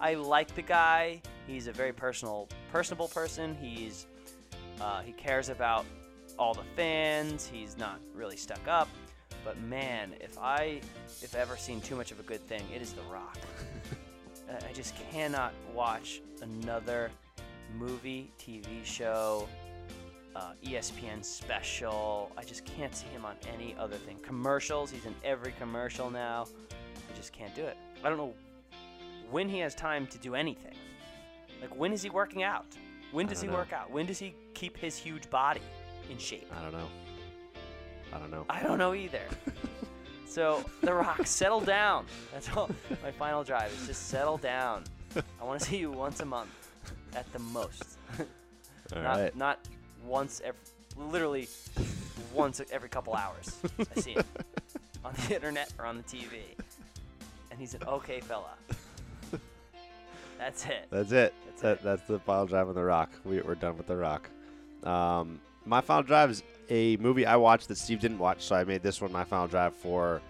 Speaker 2: I like the guy. He's a very personal, personable person. He's uh, he cares about all the fans. He's not really stuck up. But man, if I if ever seen too much of a good thing, it is The Rock. I I just cannot watch another movie, TV show, uh, ESPN special. I just can't see him on any other thing. Commercials, he's in every commercial now. I just can't do it. I don't know when he has time to do anything. Like, when is he working out? When does he
Speaker 1: don't know.
Speaker 2: work out? When does he keep his huge body in shape?
Speaker 1: I don't know. I don't know.
Speaker 2: I don't know either. so The Rock, settle down. That's all. My final drive is just settle down. I want to see you once a month, at the most.
Speaker 1: All
Speaker 2: not
Speaker 1: right.
Speaker 2: not once every, literally once e, every couple hours. I see him on the internet or on the TV, and he's an okay fella. That's it.
Speaker 1: That's it.
Speaker 2: That's
Speaker 1: That,
Speaker 2: it.
Speaker 1: that's the final drive on the rock. We, we're done with the rock. Um, my final drive is a movie I watched that Steve didn't watch, so I made this one my final drive for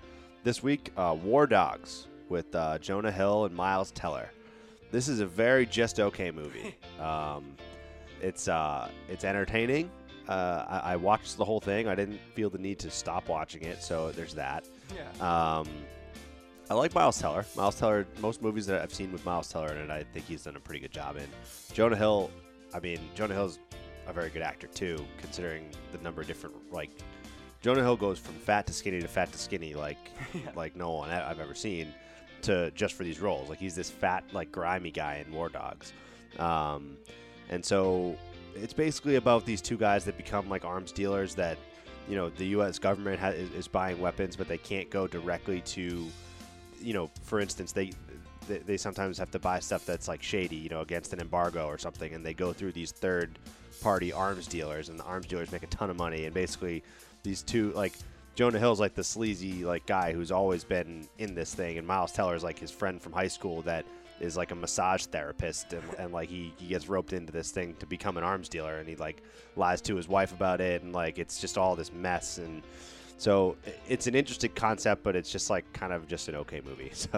Speaker 1: this week. Uh, War Dogs with uh, Jonah Hill and Miles Teller. This is a very just okay movie. Um, It's uh, it's entertaining. Uh, I, I watched the whole thing. I didn't feel the need to stop watching it, so there's that.
Speaker 2: Yeah.
Speaker 1: Um, I like Miles Teller. Miles Teller. Most movies that I've seen with Miles Teller in it, I think he's done a pretty good job in. Jonah Hill. I mean, Jonah Hill's a very good actor too, considering the number of different like. Jonah Hill goes from fat to skinny to fat to skinny, like like no one I- I've ever seen, to just for these roles. Like he's this fat, like grimy guy in War Dogs, um, and so it's basically about these two guys that become like arms dealers that you know the U.S. government ha- is, is buying weapons, but they can't go directly to, you know, for instance, they, they they sometimes have to buy stuff that's like shady, you know, against an embargo or something, and they go through these third party arms dealers, and the arms dealers make a ton of money, and basically these two like. Jonah Hill's like the sleazy like guy who's always been in this thing, and Miles Teller's like his friend from high school that is like a massage therapist, and, and like he, he gets roped into this thing to become an arms dealer, and he like lies to his wife about it, and like it's just all this mess, and so i- it's an interesting concept, but it's just like kind of just an okay movie. So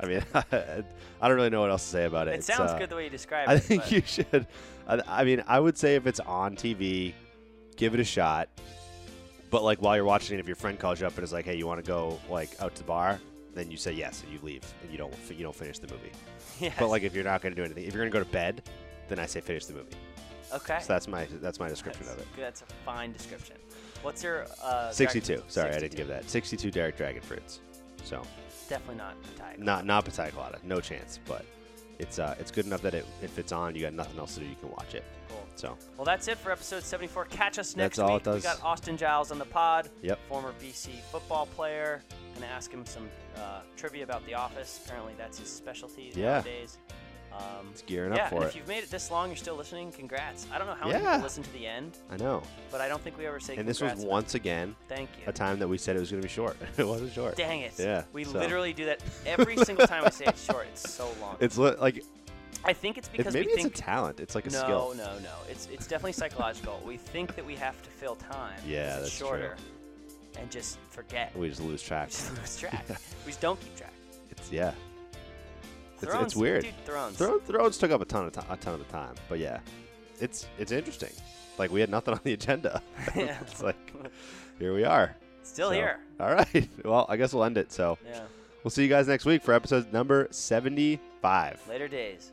Speaker 1: I mean, I don't really know what else to say about it.
Speaker 2: It
Speaker 1: It's,
Speaker 2: sounds
Speaker 1: uh,
Speaker 2: good the way you describe
Speaker 1: I
Speaker 2: it.
Speaker 1: think
Speaker 2: but-
Speaker 1: you should. I, I mean, I would say if it's on TV, give it a shot. But like while you're watching it, if your friend calls you up and is like, "Hey, you want to go like out to the bar?" Then you say yes and you leave and you don't you don't finish the movie.
Speaker 2: Yes.
Speaker 1: But like if you're not going to do anything, if you're going to go to bed, then I say finish the movie.
Speaker 2: okay.
Speaker 1: So that's my that's my description
Speaker 2: that's,
Speaker 1: of it.
Speaker 2: good, that's a fine description. What's your uh,
Speaker 1: 62.
Speaker 2: Dragon-
Speaker 1: Sorry, I
Speaker 2: 62.
Speaker 1: didn't give that. 62 Derek Dragon fruits. So
Speaker 2: Definitely not the title.
Speaker 1: not not Pataya Colada, no chance. But it's uh it's good enough that it, if it's on, you got nothing else to do, you can watch it.
Speaker 2: Cool.
Speaker 1: So
Speaker 2: Well, that's it for episode 74. Catch us next
Speaker 1: That's all
Speaker 2: week.
Speaker 1: it does.
Speaker 2: We got Austin Giles on the pod.
Speaker 1: Yep.
Speaker 2: Former BC football player. Gonna ask him some uh, trivia about the office. Apparently, that's his specialty
Speaker 1: Yeah.
Speaker 2: nowadays. Um,
Speaker 1: it's gearing
Speaker 2: yeah,
Speaker 1: up for
Speaker 2: and
Speaker 1: it.
Speaker 2: if you've made it this long, you're still listening. Congrats! I don't know how many
Speaker 1: Yeah.
Speaker 2: people listen to the end,
Speaker 1: I know.
Speaker 2: but I don't think we ever say.
Speaker 1: And this was
Speaker 2: congrats enough.
Speaker 1: once again
Speaker 2: Thank you.
Speaker 1: a time that we said it was going to be short. it wasn't short.
Speaker 2: Dang it!
Speaker 1: Yeah,
Speaker 2: We
Speaker 1: so.
Speaker 2: literally do that every single time I say it's short. It's so long.
Speaker 1: It's li- like it-
Speaker 2: I think it's because
Speaker 1: maybe
Speaker 2: we
Speaker 1: it's
Speaker 2: think
Speaker 1: a talent. It's like a
Speaker 2: no,
Speaker 1: skill.
Speaker 2: no, no. It's it's definitely psychological. we think that we have to fill time.
Speaker 1: Yeah,
Speaker 2: because
Speaker 1: that's
Speaker 2: it's shorter, and just forget. We
Speaker 1: We just lose track.
Speaker 2: just lose track. We just don't keep track.
Speaker 1: It's yeah. It's,
Speaker 2: Thrones,
Speaker 1: it's weird.
Speaker 2: Dude, Thrones.
Speaker 1: Thrones, Thrones took up a ton of time, a ton of the time, but yeah, it's it's interesting. Like we had nothing on the agenda.
Speaker 2: Yeah.
Speaker 1: it's like here we are.
Speaker 2: Still
Speaker 1: So,
Speaker 2: here.
Speaker 1: All right. Well, I guess we'll end it. So
Speaker 2: Yeah.
Speaker 1: we'll see you guys next week for episode number seventy-five.
Speaker 2: Later days.